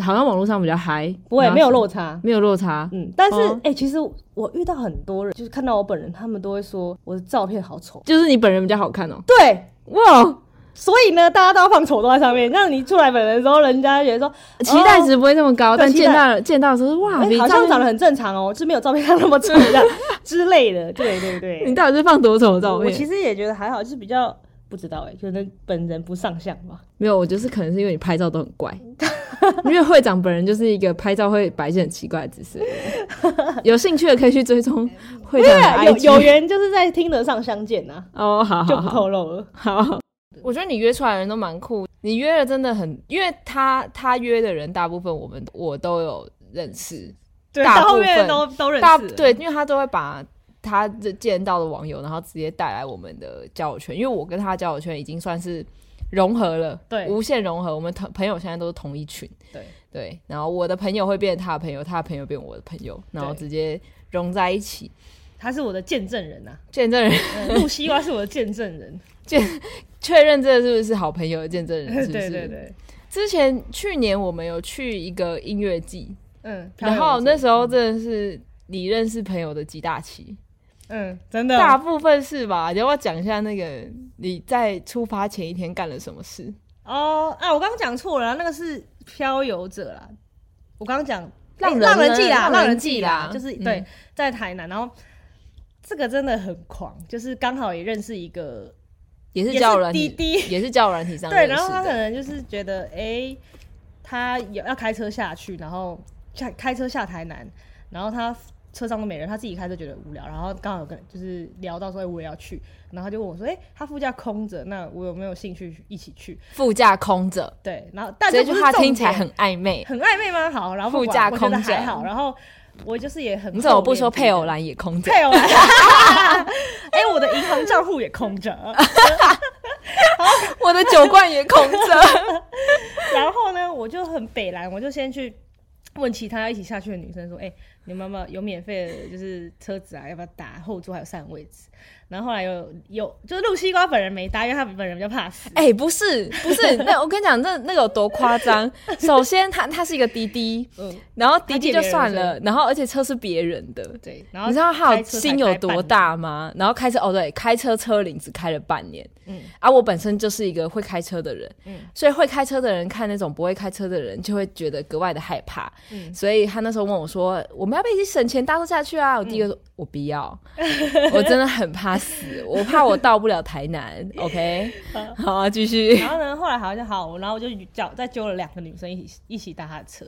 Speaker 3: 好像网络上比较嗨，
Speaker 1: 不会
Speaker 3: 然后
Speaker 1: 没有落差。
Speaker 3: 没有落差，
Speaker 1: 嗯，但是哎、
Speaker 3: 哦
Speaker 1: 欸其实我遇到很多人，就是看到我本人，他们都会说我的照片好丑。
Speaker 3: 就是你本人比较好看哦。
Speaker 1: 对，
Speaker 3: 哇，
Speaker 1: 所以呢，大家都要放丑照在上面，让你出来本人的时候，人家觉得说，
Speaker 3: 期待值不会这么
Speaker 2: 哦
Speaker 3: 高，
Speaker 1: 对
Speaker 3: 但
Speaker 1: 期
Speaker 3: 见
Speaker 1: 待
Speaker 3: 到见到的时候，哇，啊
Speaker 1: 哎、
Speaker 3: 你
Speaker 1: 好
Speaker 3: 照
Speaker 1: 像
Speaker 3: 片
Speaker 1: 长得很正常哦，就没有照片上那么丑 这样之类的。对对对，
Speaker 3: 你到底是放多丑的照
Speaker 1: 我我
Speaker 3: 片？
Speaker 1: 其实也觉得还好，就是比较不知道哎、可能本人不上相吧。
Speaker 3: 没有，我就是可能是因为你拍照都很 怪，因为会长本人就是一个拍照会摆一些很奇怪的姿 势的人。有兴趣的可以去追踪会长
Speaker 1: 对啊，
Speaker 3: 的
Speaker 1: 有
Speaker 3: IG
Speaker 1: 有缘就是在听得上相见呐、
Speaker 3: 哦，好
Speaker 1: 就
Speaker 3: 好
Speaker 1: 不
Speaker 3: 好
Speaker 1: 透露了。
Speaker 3: 好，
Speaker 2: 我觉得你约出来的人都蛮酷，你约了真的很，因为他他约的人大部分我们我都有认识，
Speaker 1: 对，
Speaker 2: 大
Speaker 1: 到后
Speaker 2: 部
Speaker 1: 面
Speaker 2: 分
Speaker 1: 都都认识
Speaker 2: 大
Speaker 1: 了。
Speaker 2: 对，因为他都会把他的见到的网友，然后直接带来我们的交友圈，因为我跟他的交友圈已经算是融合了，
Speaker 1: 对
Speaker 2: 无限融合。我们同朋友现在都是同一群，
Speaker 1: 对
Speaker 2: 对，然后我的朋友会变他的朋友，他的朋友变我的朋友，然后
Speaker 1: 对
Speaker 2: 直接融在一起。
Speaker 1: 他是我的见证 人呐、啊
Speaker 2: 见证人
Speaker 1: 嗯露西瓜是我的见证人。
Speaker 2: 确认这是不是好朋友的见证人，是不
Speaker 1: 对
Speaker 2: 是？
Speaker 1: 对对，
Speaker 2: 之前去年我们有去一个音乐季，
Speaker 1: 嗯。
Speaker 2: 然后那时
Speaker 1: 候，
Speaker 2: 候真的是你认识朋友的集大期，
Speaker 1: 嗯，真的
Speaker 2: 大部分是吧？你要不要讲一下那个你在出发前一天干了什么事？
Speaker 1: 哦啊，我刚刚讲错了啦，那个是漂游者啦。我刚刚讲
Speaker 2: 浪
Speaker 1: 诶
Speaker 2: 人
Speaker 1: 浪人
Speaker 2: 呢
Speaker 1: 记啦，
Speaker 2: 浪
Speaker 1: 浪
Speaker 2: 人
Speaker 1: 人
Speaker 2: 记
Speaker 1: 记
Speaker 2: 啦
Speaker 1: 就是
Speaker 2: 嗯
Speaker 1: 对，在台南，然后这个真的很狂，就是刚好也认识一个
Speaker 2: 也
Speaker 1: 也
Speaker 2: 是
Speaker 1: 是
Speaker 2: 交友软
Speaker 1: 滴
Speaker 2: 体，
Speaker 1: 滴，
Speaker 2: 也是交友软体上
Speaker 1: 对，
Speaker 2: 认
Speaker 1: 然后
Speaker 2: 识
Speaker 1: 他可
Speaker 2: 的。
Speaker 1: 能就是觉得，哎、他有要开车下去，然后下开车下台南，然后他车上都没人，他自己开车觉得无聊，然后刚好有跟就是聊到说，哎、我也要去，然后他就问我说，哎、他副驾空着，那我有没有兴趣一起去？
Speaker 2: 副驾空着，
Speaker 1: 对，然后但
Speaker 2: 这
Speaker 1: 不
Speaker 2: 句
Speaker 1: 是
Speaker 2: 话
Speaker 1: 重
Speaker 2: 听起来
Speaker 1: 点
Speaker 2: 很暧昧。
Speaker 1: 很暧昧吗？好，然后不
Speaker 2: 副
Speaker 1: 管
Speaker 2: 驾
Speaker 1: 我觉得
Speaker 2: 空
Speaker 1: 还
Speaker 2: 着
Speaker 1: 好，然后我就是也很，
Speaker 2: 你怎么不说配偶？栏也空着？
Speaker 1: 配偶栏， 哎、我的银行账户也空着。
Speaker 2: 我的酒罐也空着。
Speaker 1: 然后呢，我就很北蓝，我就先去问其他一起下去的女生说：“哎、你们有没有有免费的，就是车子啊，要不要搭后座还有散位置？”然后后来有有，就是露西瓜本人没搭，因为她本人比较怕死。
Speaker 2: 哎、不是不是，那我跟你讲，那那个有多夸 张？首先他，他是一个滴滴，
Speaker 1: 嗯，
Speaker 2: 然后滴滴就
Speaker 1: 他借别人
Speaker 2: 算了
Speaker 1: 是，
Speaker 2: 然后而且车是别人的，
Speaker 1: 对。然后
Speaker 2: 你知道他
Speaker 1: 开
Speaker 2: 有
Speaker 1: 车才
Speaker 2: 心有
Speaker 1: 开半
Speaker 2: 多
Speaker 1: 年？
Speaker 2: 大吗？然后开车哦，对，开车车龄只开了半年。
Speaker 1: 嗯
Speaker 2: 啊，我本身就是一个会开车的人，
Speaker 1: 嗯
Speaker 2: 所以会开车的人看那种不会开车的人，就会觉得格外的害怕。
Speaker 1: 嗯
Speaker 2: 所以他那时候问我说：“我们要不要一起省钱搭车下去啊？”我第一个
Speaker 1: 嗯
Speaker 2: 说：“我不要，我真的很怕死，我怕我到不了台南。”OK，好 啊，继续。
Speaker 1: 然后呢，后来好像好，然后我就叫再揪了两个女生一起一起搭她的车。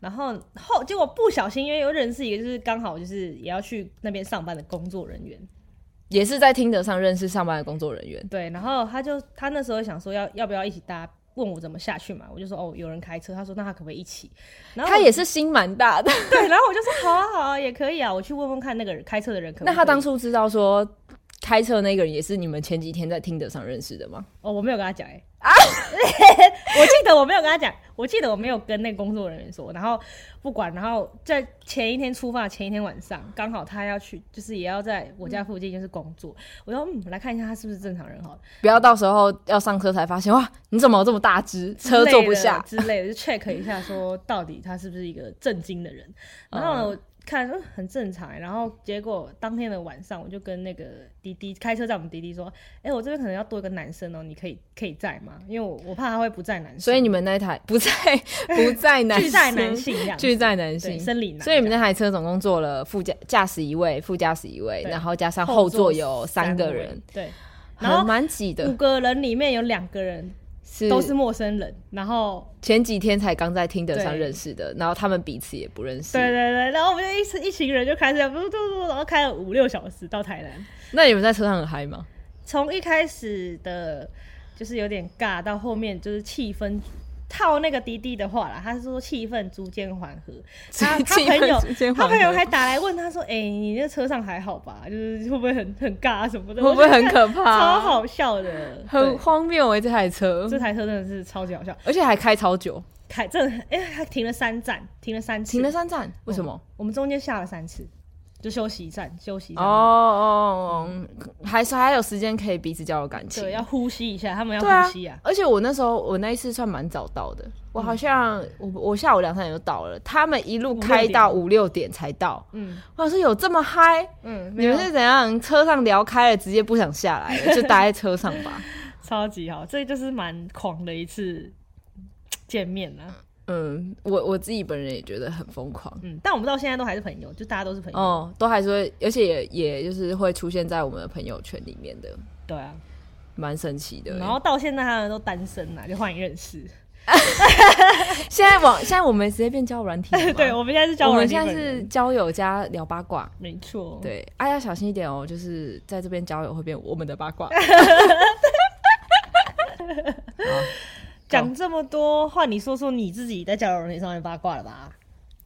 Speaker 1: 然后后结果不小心，因为又认识一个，就是刚好就是也要去那边上班的工作人员，
Speaker 2: 也是在听得上认识上班的工作人员，
Speaker 1: 对，然后他就他那时候想说要要不要一起搭，问我怎么下去嘛，我就说哦有人开车，他说那他可不可以一起？然后
Speaker 2: 他
Speaker 1: 我
Speaker 2: 也是心蛮大的。
Speaker 1: 对，然后我就说好啊好啊也可以啊，我去问问看那个人开车的人可不可以。
Speaker 2: 那他当初知道说开车那个人也是你们前几天在听得上认识的吗？
Speaker 1: 哦我没有跟他讲哎、
Speaker 2: 啊
Speaker 1: 我记得我没有跟他讲，我记得我没有跟那个工作人员说，然后不管，然后在前一天出发前一天晚上，刚好他要去，就是也要在我家附近就是工作，我说嗯来看一下他是不是正常人好了。
Speaker 2: 不要到时候要上车才发现哇，你怎么这么大只，车坐不下。
Speaker 1: 之类的，就 check 一下说到底他是不是一个正经的人。然后呢，
Speaker 2: 嗯
Speaker 1: 我看、嗯、很正常欸、然后结果当天的晚上，我就跟那个滴滴开车载我们滴滴说：“哎、我这边可能要多一个男生哦、你可以可以在吗？因为我我怕他会不在男生，
Speaker 2: 所以你们那台不在不在男
Speaker 1: 拒载
Speaker 2: 生
Speaker 1: 男性这样子，
Speaker 2: 拒载男
Speaker 1: 对
Speaker 2: 性。
Speaker 1: 生理男这样，
Speaker 2: 所以你们那台车总共坐了副驾驾驶一位，副驾驶一位，
Speaker 1: 对
Speaker 2: 然后加上
Speaker 1: 后
Speaker 2: 后
Speaker 1: 座
Speaker 2: 座有三个人，
Speaker 1: 位，对，然
Speaker 2: 很
Speaker 1: 后
Speaker 2: 蛮挤
Speaker 1: 五
Speaker 2: 的。
Speaker 1: 个人里面有两个人
Speaker 2: 是
Speaker 1: 都是陌生人，然后
Speaker 2: 前几天才刚在听得上
Speaker 1: 对
Speaker 2: 认识的，然后他们彼此也不认识。
Speaker 1: 对对对，然后我们就一群一群人就开始嘟嘟嘟，然后开了五六小时到台南。
Speaker 2: 那你们在车上很嗨吗？
Speaker 1: 从一开始的，就是有点尬，到后面就是气氛，套那个滴滴的话啦，他是说气氛逐渐缓 和。他他
Speaker 2: 气氛
Speaker 1: 朋友
Speaker 2: 逐渐
Speaker 1: 他
Speaker 2: 缓和
Speaker 1: 朋友还打来问他说：“哎、你那车上还好吧？就是会不会很很尬什么的？”
Speaker 2: 会不会很可
Speaker 1: 我觉得
Speaker 2: 怕？
Speaker 1: 超，好笑的，
Speaker 2: 很
Speaker 1: 很。
Speaker 2: 荒谬哎、这台车，
Speaker 1: 这台车真的是超级好笑，
Speaker 2: 而且还开超久，
Speaker 1: 凯真的很，哎、他停了三站，停了三次，
Speaker 2: 停了三站，为什么？
Speaker 1: 我们中间下了三次，就休息站，休息
Speaker 2: 哦
Speaker 1: 站。
Speaker 2: 哦，哦哦还是还有时间可以彼此交流感情。
Speaker 1: 对，要呼吸一下，他们要
Speaker 2: 对啊
Speaker 1: 呼吸啊。
Speaker 2: 而且我那时候，我那一次算蛮早到的，我好像、我我下午两三点就到了，他们一路开到嗯五六点才到。
Speaker 1: 嗯
Speaker 2: 我想说有这么嗨？
Speaker 1: 嗯，没
Speaker 2: 你
Speaker 1: 有
Speaker 2: 们是怎样？车上聊开了，直接不想下来 了，就待在车上吧。
Speaker 1: 超级好，这就是蛮狂的一次见面啦。
Speaker 2: 嗯，我我自己本人也觉得很疯狂。
Speaker 1: 嗯，但我们到现在都还是朋友，就大家都是朋友。
Speaker 2: 哦，都还是会，而且也也就是会出现在我们的朋友圈里面的，
Speaker 1: 对啊，
Speaker 2: 蛮神奇的。
Speaker 1: 然后到现在他们都单身啊啦，就换你认识。
Speaker 2: 现在 网现在我们直接变交友软体了吗，
Speaker 1: 对，我们现在是交
Speaker 2: 我
Speaker 1: 往
Speaker 2: 们
Speaker 1: 的
Speaker 2: 现
Speaker 1: 日
Speaker 2: 在
Speaker 1: 本人哦
Speaker 2: 是交友加聊八卦。
Speaker 1: 没错，，
Speaker 2: 对，啊，要小心一点哦，就是在这边交友会变我们的八卦。
Speaker 1: 讲这么多，换你说说你自己在交友软件上面八卦了吧？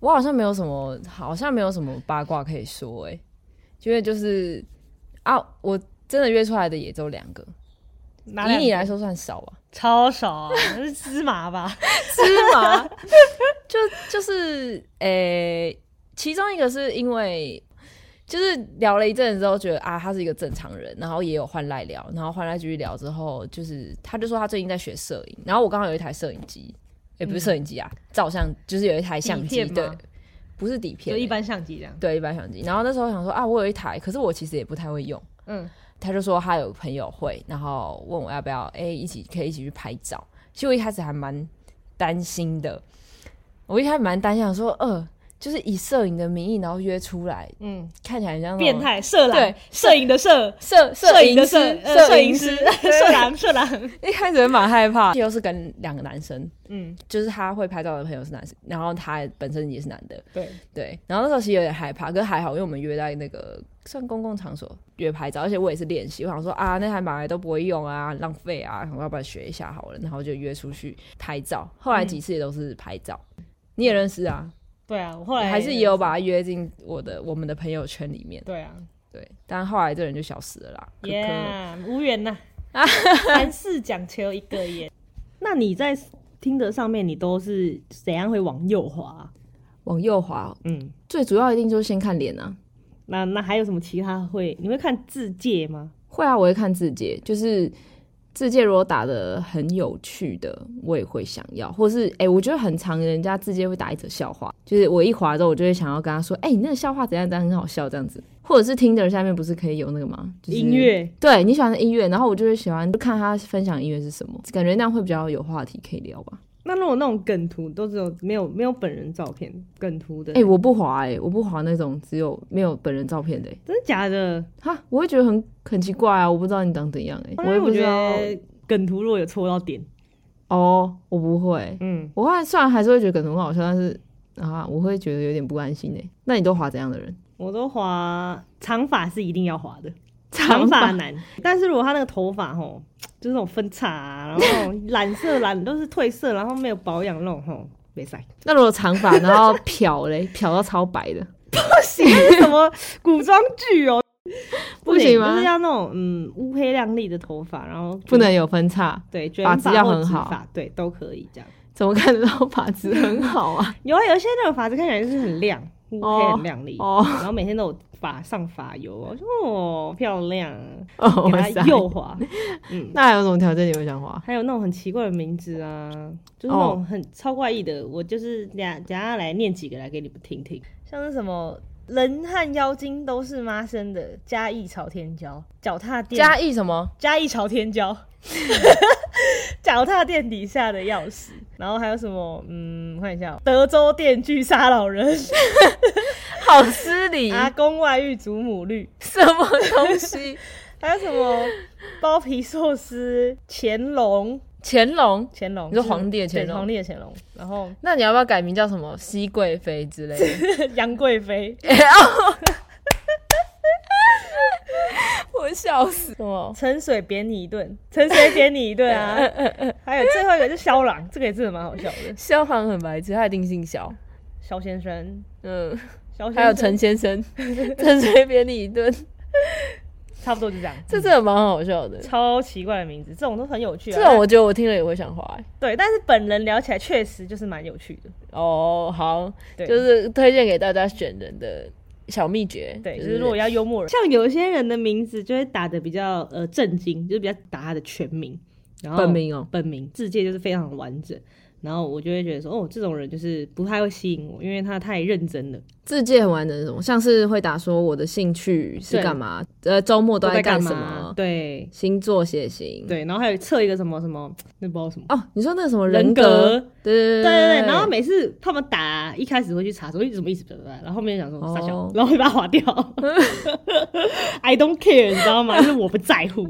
Speaker 2: 我好像没有什么，好像没有什么八卦可以说哎、因为就是啊，我真的约出来的也只有两个，
Speaker 1: 哪
Speaker 2: 以
Speaker 1: 两
Speaker 2: 你来说算少吧。
Speaker 1: 超少啊， 那是芝麻吧？
Speaker 2: 芝麻，就就是诶、其中一个是因为就是聊了一阵子之后，觉得啊，他是一个正常人，然后也有换赖聊，然后换赖继续聊之后，就是他就说他最近在学摄影，然后我刚好有一台摄影机，也、不是摄影机啊，照相就是有一台相
Speaker 1: 底
Speaker 2: 机，
Speaker 1: 嗯片
Speaker 2: 对
Speaker 1: 吗，
Speaker 2: 不是底片、欸
Speaker 1: 就一般相机这样。
Speaker 2: 对一般相机。然后那时候想说啊，我有一台，可是我其实也不太会用。
Speaker 1: 嗯，
Speaker 2: 他就说他有朋友会，然后问我要不要哎、诶一起可以一起去拍照。其实我一开始还蛮担心的，我一开始蛮担心想说，呃，就是以摄影的名义然后约出来，
Speaker 1: 嗯，
Speaker 2: 看起来很像那种
Speaker 1: 变态色狼
Speaker 2: 对，
Speaker 1: 摄影的摄，
Speaker 2: 摄
Speaker 1: 摄
Speaker 2: 摄
Speaker 1: 影
Speaker 2: 影
Speaker 1: 的
Speaker 2: 师
Speaker 1: 摄，呃摄
Speaker 2: 摄
Speaker 1: 影师
Speaker 2: 师，，
Speaker 1: 色狼，色狼。
Speaker 2: 一开始会蛮害怕，又是跟两个男生，
Speaker 1: 嗯，
Speaker 2: 就是他会拍照的朋友是男生，然后他本身也是男的，
Speaker 1: 对，
Speaker 2: 对，然后那时候其实有点害怕，可是还好，因为我们约在那个算公共场所约拍照，而且我也是练习，我想说啊，那台马来都不会用啊，浪费啊，我要不要学一下好了？然后就约出去拍照，后来几次也都是拍照。你也认识啊，
Speaker 1: 对啊，我后来
Speaker 2: 还是也有把他约进我的我们的朋友圈里面，
Speaker 1: 对啊，
Speaker 2: 对，但后来这人就消失了啦。可可
Speaker 1: 耶，无缘呐，凡事讲求一个耶。啊 那你在听得上面，你都是怎样会往右滑？啊
Speaker 2: 往右滑，
Speaker 1: 嗯，
Speaker 2: 最主要一定就是先看脸啊。
Speaker 1: 那那还有什么其他会？你会看字界吗？
Speaker 2: 会啊，我会看字节，就是字界如果打的很有趣的，我也会想要，或是哎、诶我觉得很常人家字界会打一则笑话，就是我一滑之后，我就会想要跟他说，哎、你那个笑话怎样怎样很好笑这样子，或者是听的下面不是可以有那个吗？就是、
Speaker 1: 音。乐
Speaker 2: 对你喜欢的音乐，然后我就会喜欢就看他分享音乐是什么，感觉那样会比较有话题可以聊吧。
Speaker 1: 那如果那种梗图都只有没有没有本人照片梗图的，
Speaker 2: 哎、我不滑哎、诶我不滑那种只有没有本人照片的、欸，
Speaker 1: 真的假的？
Speaker 2: 哈，我会觉得很很奇怪啊，我不知道你长怎样哎、
Speaker 1: 因
Speaker 2: 我
Speaker 1: 为
Speaker 2: 也不
Speaker 1: 我
Speaker 2: 知
Speaker 1: 觉
Speaker 2: 道
Speaker 1: 得梗图如果有戳到点，
Speaker 2: 哦，我不会，
Speaker 1: 嗯，
Speaker 2: 我后来虽然还是会觉得可能很好笑，但是啊，我会觉得有点不安心哎。那你都划怎样的人？
Speaker 1: 我都滑长发是一定要滑的，
Speaker 2: 长
Speaker 1: 长
Speaker 2: 发
Speaker 1: 发男。但是如果他那个头发吼，就是那种分叉、啊，然后染色染都是褪色，然后没有保养那种吼，没 晒。
Speaker 2: 那如果长发，然后漂嘞， 漂到超白的，
Speaker 1: 是什么古装剧 哦？
Speaker 2: 不行吗
Speaker 1: 就是要那种嗯乌黑亮丽的头发，然后
Speaker 2: 不能有分叉，
Speaker 1: 对卷
Speaker 2: 发
Speaker 1: 发
Speaker 2: 质要
Speaker 1: 或
Speaker 2: 很
Speaker 1: 直
Speaker 2: 好
Speaker 1: 发，对都可以这样。
Speaker 2: 怎么看得到发质很好啊？
Speaker 1: 有啊，有一些那种发质看起来就是很亮，乌黑
Speaker 2: 哦
Speaker 1: 很亮丽，
Speaker 2: 哦
Speaker 1: 然后每天都有发上发油，我说哦漂亮啊，
Speaker 2: 哦，
Speaker 1: 给它
Speaker 2: 哇塞
Speaker 1: 右滑。
Speaker 2: 那还有什么条件你会想划？
Speaker 1: 还有那种很奇怪的名字啊，就是那种
Speaker 2: 哦
Speaker 1: 很超怪异的。我就是等下等下来念几个来给你们听听，像是什么人和妖精都是妈生的，嘉义朝天椒，脚踏垫
Speaker 2: 嘉义什么？
Speaker 1: 嘉义朝天椒，脚踏垫底下的钥匙，然后还有什么嗯，我看一下哦、德州电锯杀老 人，
Speaker 2: 好失礼，
Speaker 1: 阿公外遇祖母绿，
Speaker 2: 什么东西？
Speaker 1: 还有什么包皮寿司、乾隆、
Speaker 2: 乾隆？
Speaker 1: 乾隆，
Speaker 2: 你
Speaker 1: 就
Speaker 2: 说
Speaker 1: 是
Speaker 2: 皇帝的乾
Speaker 1: 对
Speaker 2: 隆
Speaker 1: 皇帝的乾隆，然后。
Speaker 2: 那你要不要改名叫什么熹贵妃之类 的？
Speaker 1: 杨贵妃、
Speaker 2: 我笑死！什么？
Speaker 1: 陈水扁你一顿，陈水扁你一顿 啊！还有最后一个就是肖郎，这个也真的蛮好笑的。
Speaker 2: 萧航很白痴，他一定姓萧。
Speaker 1: 肖先生，
Speaker 2: 嗯，
Speaker 1: 肖先生，
Speaker 2: 还有陈 先生，陈随便你一顿，
Speaker 1: 差不多就这样。
Speaker 2: 这真的蛮好笑的。
Speaker 1: 超奇怪的名字，这种都很有趣啊。
Speaker 2: 这种我觉得我听了也会想滑、欸。
Speaker 1: 对，但是本人聊起来确实就是蛮有趣的。
Speaker 2: 哦，好，
Speaker 1: 对，
Speaker 2: 就是推荐给大家选人的
Speaker 4: 小秘诀，
Speaker 1: 对，就是如果要幽默人，像有些人的名字就会打的比较呃震惊，就是比较打他的全名，然后
Speaker 2: 本名哦
Speaker 1: 本名字界就是非常完整。然后我就会觉得说，哦，这种人就是不太会吸引我，因为他太认真了。
Speaker 2: 字界很完整的什么，像是会打说我的兴趣是干嘛，呃，周末都
Speaker 1: 在
Speaker 2: 在
Speaker 1: 干
Speaker 2: 干
Speaker 1: 嘛
Speaker 2: 什么，
Speaker 1: 对
Speaker 2: 星座血型，
Speaker 1: 对，然后还有测一个什么什么，那不知道什么。
Speaker 2: 哦，你说那个什么
Speaker 1: 人
Speaker 2: 格，
Speaker 1: 格
Speaker 2: 对
Speaker 1: 对
Speaker 2: 对对
Speaker 1: 对对，然后每次他们打，一开始会去查说，咦，什么意思？然后后面想说
Speaker 2: 哦
Speaker 1: 傻笑，然后会把它划掉。I don't care，你知道吗？就是我不在乎。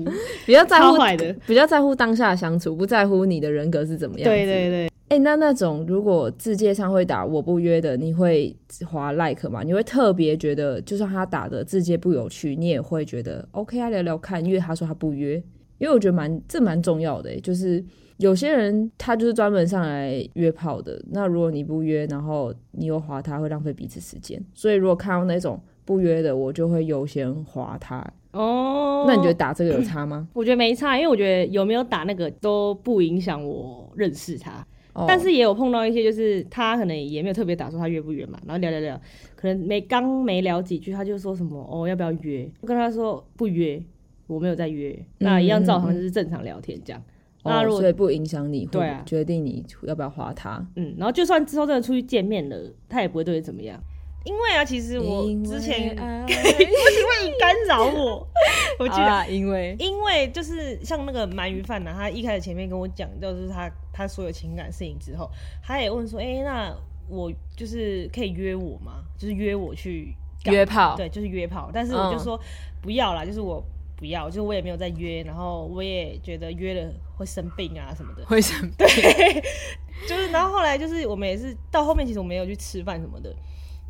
Speaker 2: 比较 在乎
Speaker 1: 超坏的
Speaker 2: 比较在乎当下的相处，不在乎你的人格是怎么样。
Speaker 1: 对对对，
Speaker 2: 哎、那那种如果字界上会打我不约的，你会划 like 吗？你会特别觉得，就算他打的字界不有趣，你也会觉得 OK 啊，聊聊看，因为他说他不约，因为我觉得蛮这蛮重要的、欸，就是有些人他就是专门上来约炮的，那如果你不约，然后你又划他，会浪费彼此时间。所以如果看到那种不约的，我就会优先划他。
Speaker 1: 哦，
Speaker 2: 那你觉得？打这个有差吗？
Speaker 1: 我觉得没差，因为我觉得有没有打那个都不影响我认识他。
Speaker 2: 哦
Speaker 1: 但是也有碰到一些，就是他可能也没有特别打说他约不约嘛，然后聊聊聊，可能没刚没聊几句，他就说什么哦要不要约？我跟他说不约，我没有在约，
Speaker 2: 嗯
Speaker 1: 那一样照常就是正常聊天这样。那
Speaker 2: 哦
Speaker 1: 如果
Speaker 2: 所以不影响你，
Speaker 1: 对啊
Speaker 2: 会决定你要不要划他。
Speaker 1: 嗯，然后就算之后真的出去见面了，他也不会对你怎么样。因为啊，其实我之前
Speaker 4: 因为
Speaker 2: 啊
Speaker 1: 不
Speaker 4: 爱
Speaker 1: 行，为你干扰 我，我记
Speaker 4: 好
Speaker 1: 得。
Speaker 4: 啦，因为
Speaker 1: 因为就是像那个鳗鱼饭呐、他一开始前面跟我讲，就是他他所有情感事情之后，他也问说，哎、那我就是可以约我吗？就是约我去干嘛
Speaker 4: 约炮
Speaker 1: 对，就是约炮。但是我就
Speaker 4: 嗯
Speaker 1: 说、不要啦，就是我不要，就是我也没有在约，然后我也觉得约了会生病啊什么的，
Speaker 4: 会什么？
Speaker 1: 就是，然后后来就是我们也是到后面，其实我们也有去吃饭什么的，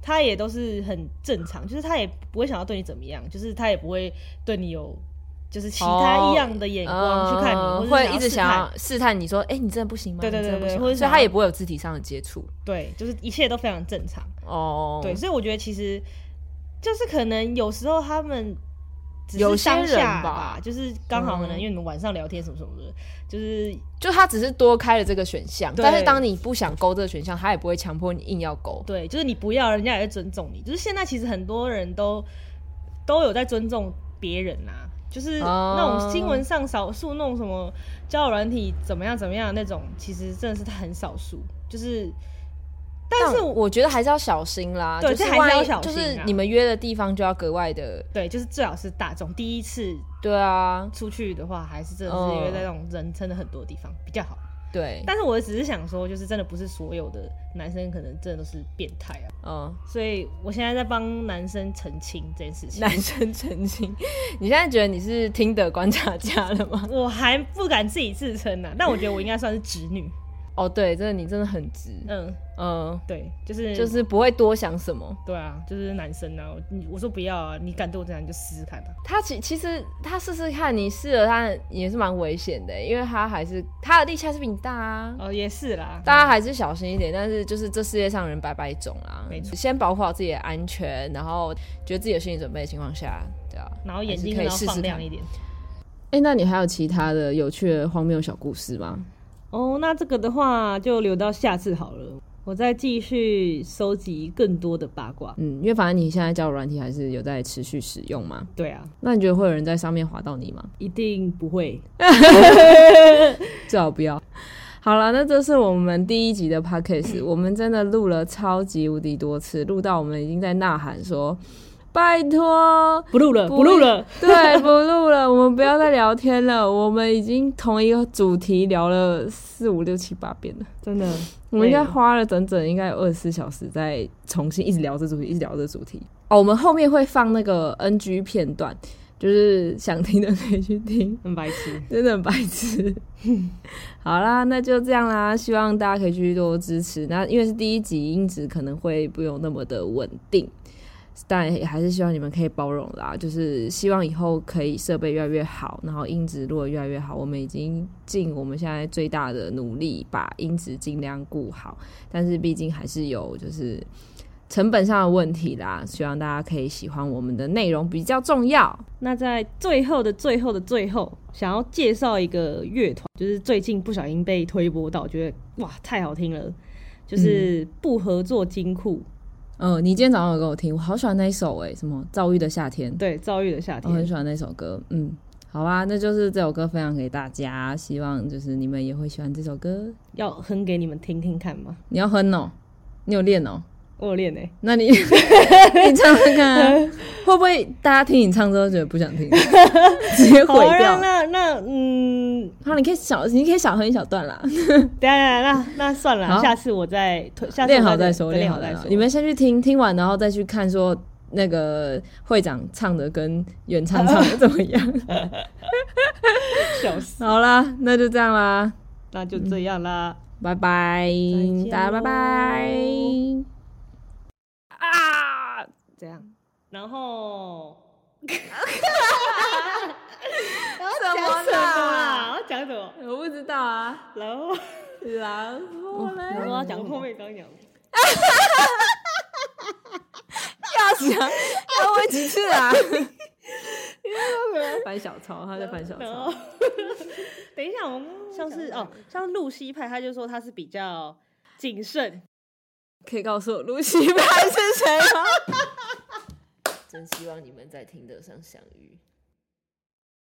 Speaker 1: 他也都是很正常，就是他也不会想要对你怎么样，就是他也不会对你有就是其他
Speaker 4: 哦
Speaker 1: 异样的眼 光去看你，
Speaker 4: 呃
Speaker 1: 或者
Speaker 4: 会一直
Speaker 1: 想
Speaker 4: 想
Speaker 1: 要试探
Speaker 4: 要试探你说，哎，你真的不行吗？
Speaker 1: 对对
Speaker 4: 你真的
Speaker 1: 对
Speaker 4: 不行吗
Speaker 1: 对或者
Speaker 4: 所
Speaker 1: 想
Speaker 4: 以
Speaker 1: 要
Speaker 4: 他也不会有肢体上的接触
Speaker 1: 对，就是一切都非常正常。
Speaker 4: 哦。
Speaker 1: 对，所以我觉得其实就是可能有时候他们只
Speaker 4: 有
Speaker 1: 是
Speaker 4: 些
Speaker 1: 当
Speaker 4: 人
Speaker 1: 下
Speaker 4: 吧
Speaker 1: 就是刚好可能
Speaker 4: 嗯
Speaker 1: 因为你们晚上聊天什么什么的，就是
Speaker 4: 就他只是多开了这个选项，
Speaker 1: 对
Speaker 4: 但是当你不想勾这个选项，他也不会强迫你硬要勾。
Speaker 1: 对，就是你不要，人家也会尊重你。就是现在其实很多人都都有在尊重别人啊，就是
Speaker 4: 哦
Speaker 1: 那种新闻上少数那种什么交友软体怎么样怎么样那种，其实真的是很少数。就是，但是我
Speaker 4: 我觉得还是要小心啦，
Speaker 1: 对
Speaker 4: 就是
Speaker 1: 这还是
Speaker 4: 万一
Speaker 1: 要小心
Speaker 4: 就
Speaker 1: 啊
Speaker 4: 是你们约的地方就要格外的，
Speaker 1: 对，就是最好是大众第一次
Speaker 4: 对啊，
Speaker 1: 出去的话，还是真的
Speaker 4: 哦
Speaker 1: 是因为在那种人真的很多地方比较好。
Speaker 4: 对，
Speaker 1: 但是我只是想说，就是真的不是所有的男生可能真的都是变态啊，
Speaker 4: 嗯，
Speaker 1: 所以我现在在帮男生澄清这件事情。
Speaker 4: 男生澄清， 你现在觉得你是听的观察家了吗？
Speaker 1: 我还不敢自己自称呢、但我觉得我应该算是直 女。
Speaker 4: 哦，对，真的你真的很直，
Speaker 1: 嗯，
Speaker 4: 嗯，
Speaker 1: 对，就是
Speaker 4: 就是不会多想什么。
Speaker 1: 对啊，就是男生啊，我你我说不要啊，你敢对我这样，你就试试看啊。
Speaker 4: 他其其实他试试看，你试了他也是蛮危险的，因为他还是他的力气还是比你大啊。
Speaker 1: 哦，也是啦，
Speaker 4: 大家还是小心一点，但是就是这世界上人百百种啦，
Speaker 1: 没错
Speaker 4: 先保护好自己的安全，然后觉得自己有心理准备的情况下，对啊，
Speaker 1: 然后眼睛
Speaker 4: 还是可
Speaker 1: 可能要
Speaker 4: 以试
Speaker 1: 放
Speaker 4: 试
Speaker 1: 亮
Speaker 4: 看
Speaker 1: 一。点。
Speaker 2: 哎、那你还有其他的有趣的荒谬小故事吗？
Speaker 1: 哦，那这个的话就留到下次好了，我再继续收集更多的八卦。
Speaker 2: 嗯，因为反正你现在交友软体还是有在持续使用嘛，
Speaker 1: 对啊，
Speaker 2: 那你觉得会有人在上面滑到你吗？
Speaker 1: 一定不会。
Speaker 2: 最好不要。好了，那这是我们第一集的 podcast，我们真的录了超级无敌多次，录到我们已经在呐喊说：“拜托，
Speaker 1: 不录了，
Speaker 2: 不
Speaker 1: 不录了。
Speaker 2: 对，不录了，我们不要再聊天了，我们已经同一个主题聊了四五六七八遍了。”
Speaker 1: 真的，
Speaker 2: 我们应该
Speaker 1: 累了
Speaker 2: 花了整整应该有二十四小时在重新一直聊这主题，一直聊这主题。哦，我们后面会放那个 NG 片段，就是想听的可以去听，
Speaker 1: 很白痴。
Speaker 2: 真的很白痴。 好啦，那就这样啦，希望大家可以继续多多支持。那因为是第一集，音质可能会不用那么的稳定。但也还是希望你们可以包容啦，就是希望以后可以设备越来越好，然后音质如果越来越好，我们已经尽我们现在最大的努力把音质尽量顾好，但是毕竟还是有就是成本上的问题啦，希望大家可以喜欢我们的内容比较重要。
Speaker 1: 那在最后的最后的最后，想要介绍一个乐团，就是最近不小心被推播到，觉得哇太好听了，就是不合作金库
Speaker 2: 嗯，你今天早上有给我听，我好喜欢那一首哎、什么《躁郁的夏天》，
Speaker 1: 对，躁郁的夏
Speaker 2: 我
Speaker 1: 天，
Speaker 2: 很喜欢那首歌。嗯，好吧，那就是这首歌分享给大家，希望就是你们也会喜欢这首歌。
Speaker 1: 要哼给你们听听看吗？
Speaker 2: 你要哼哦，你有练哦，
Speaker 1: 我有练哎、
Speaker 2: 那你 你唱唱看、啊，会不会大家听你唱之后觉得不想 听，直接毁
Speaker 1: 好啊，
Speaker 2: 掉？
Speaker 1: 那那那嗯，
Speaker 2: 好，你可以小，你可以小哼一小段啦，
Speaker 1: 等一下等一下那那算了，
Speaker 2: 好
Speaker 1: 下次我再推，下次
Speaker 2: 练
Speaker 1: 我
Speaker 2: 好再说，
Speaker 1: 对
Speaker 2: 练
Speaker 1: 练
Speaker 2: 好
Speaker 1: 再
Speaker 2: 再
Speaker 1: 说。
Speaker 2: 说。你们先去听听完，然后再去看说那个会长唱的跟原唱唱的怎么 样。
Speaker 1: 笑死，
Speaker 2: 好啦，那就这样啦，
Speaker 1: 那就这样啦。
Speaker 2: 拜拜
Speaker 1: 再见，
Speaker 2: 大家拜拜。
Speaker 1: 喽啊，这样，然后。
Speaker 5: 怎么
Speaker 1: 什么啦？我要讲什么？
Speaker 5: 我不知道啊，
Speaker 1: 然后
Speaker 5: 然后呢？
Speaker 2: 嗯
Speaker 1: 我 要讲后面刚讲的，
Speaker 5: 要讲要问几次啊？翻小抄，他在翻小
Speaker 1: 然
Speaker 5: 抄
Speaker 1: 后。 等一下，我们像是哦，像露西派，他就说他是比较谨慎，
Speaker 5: 可以告诉我露西 派是谁吗？
Speaker 2: 真希望你们在听得上相遇。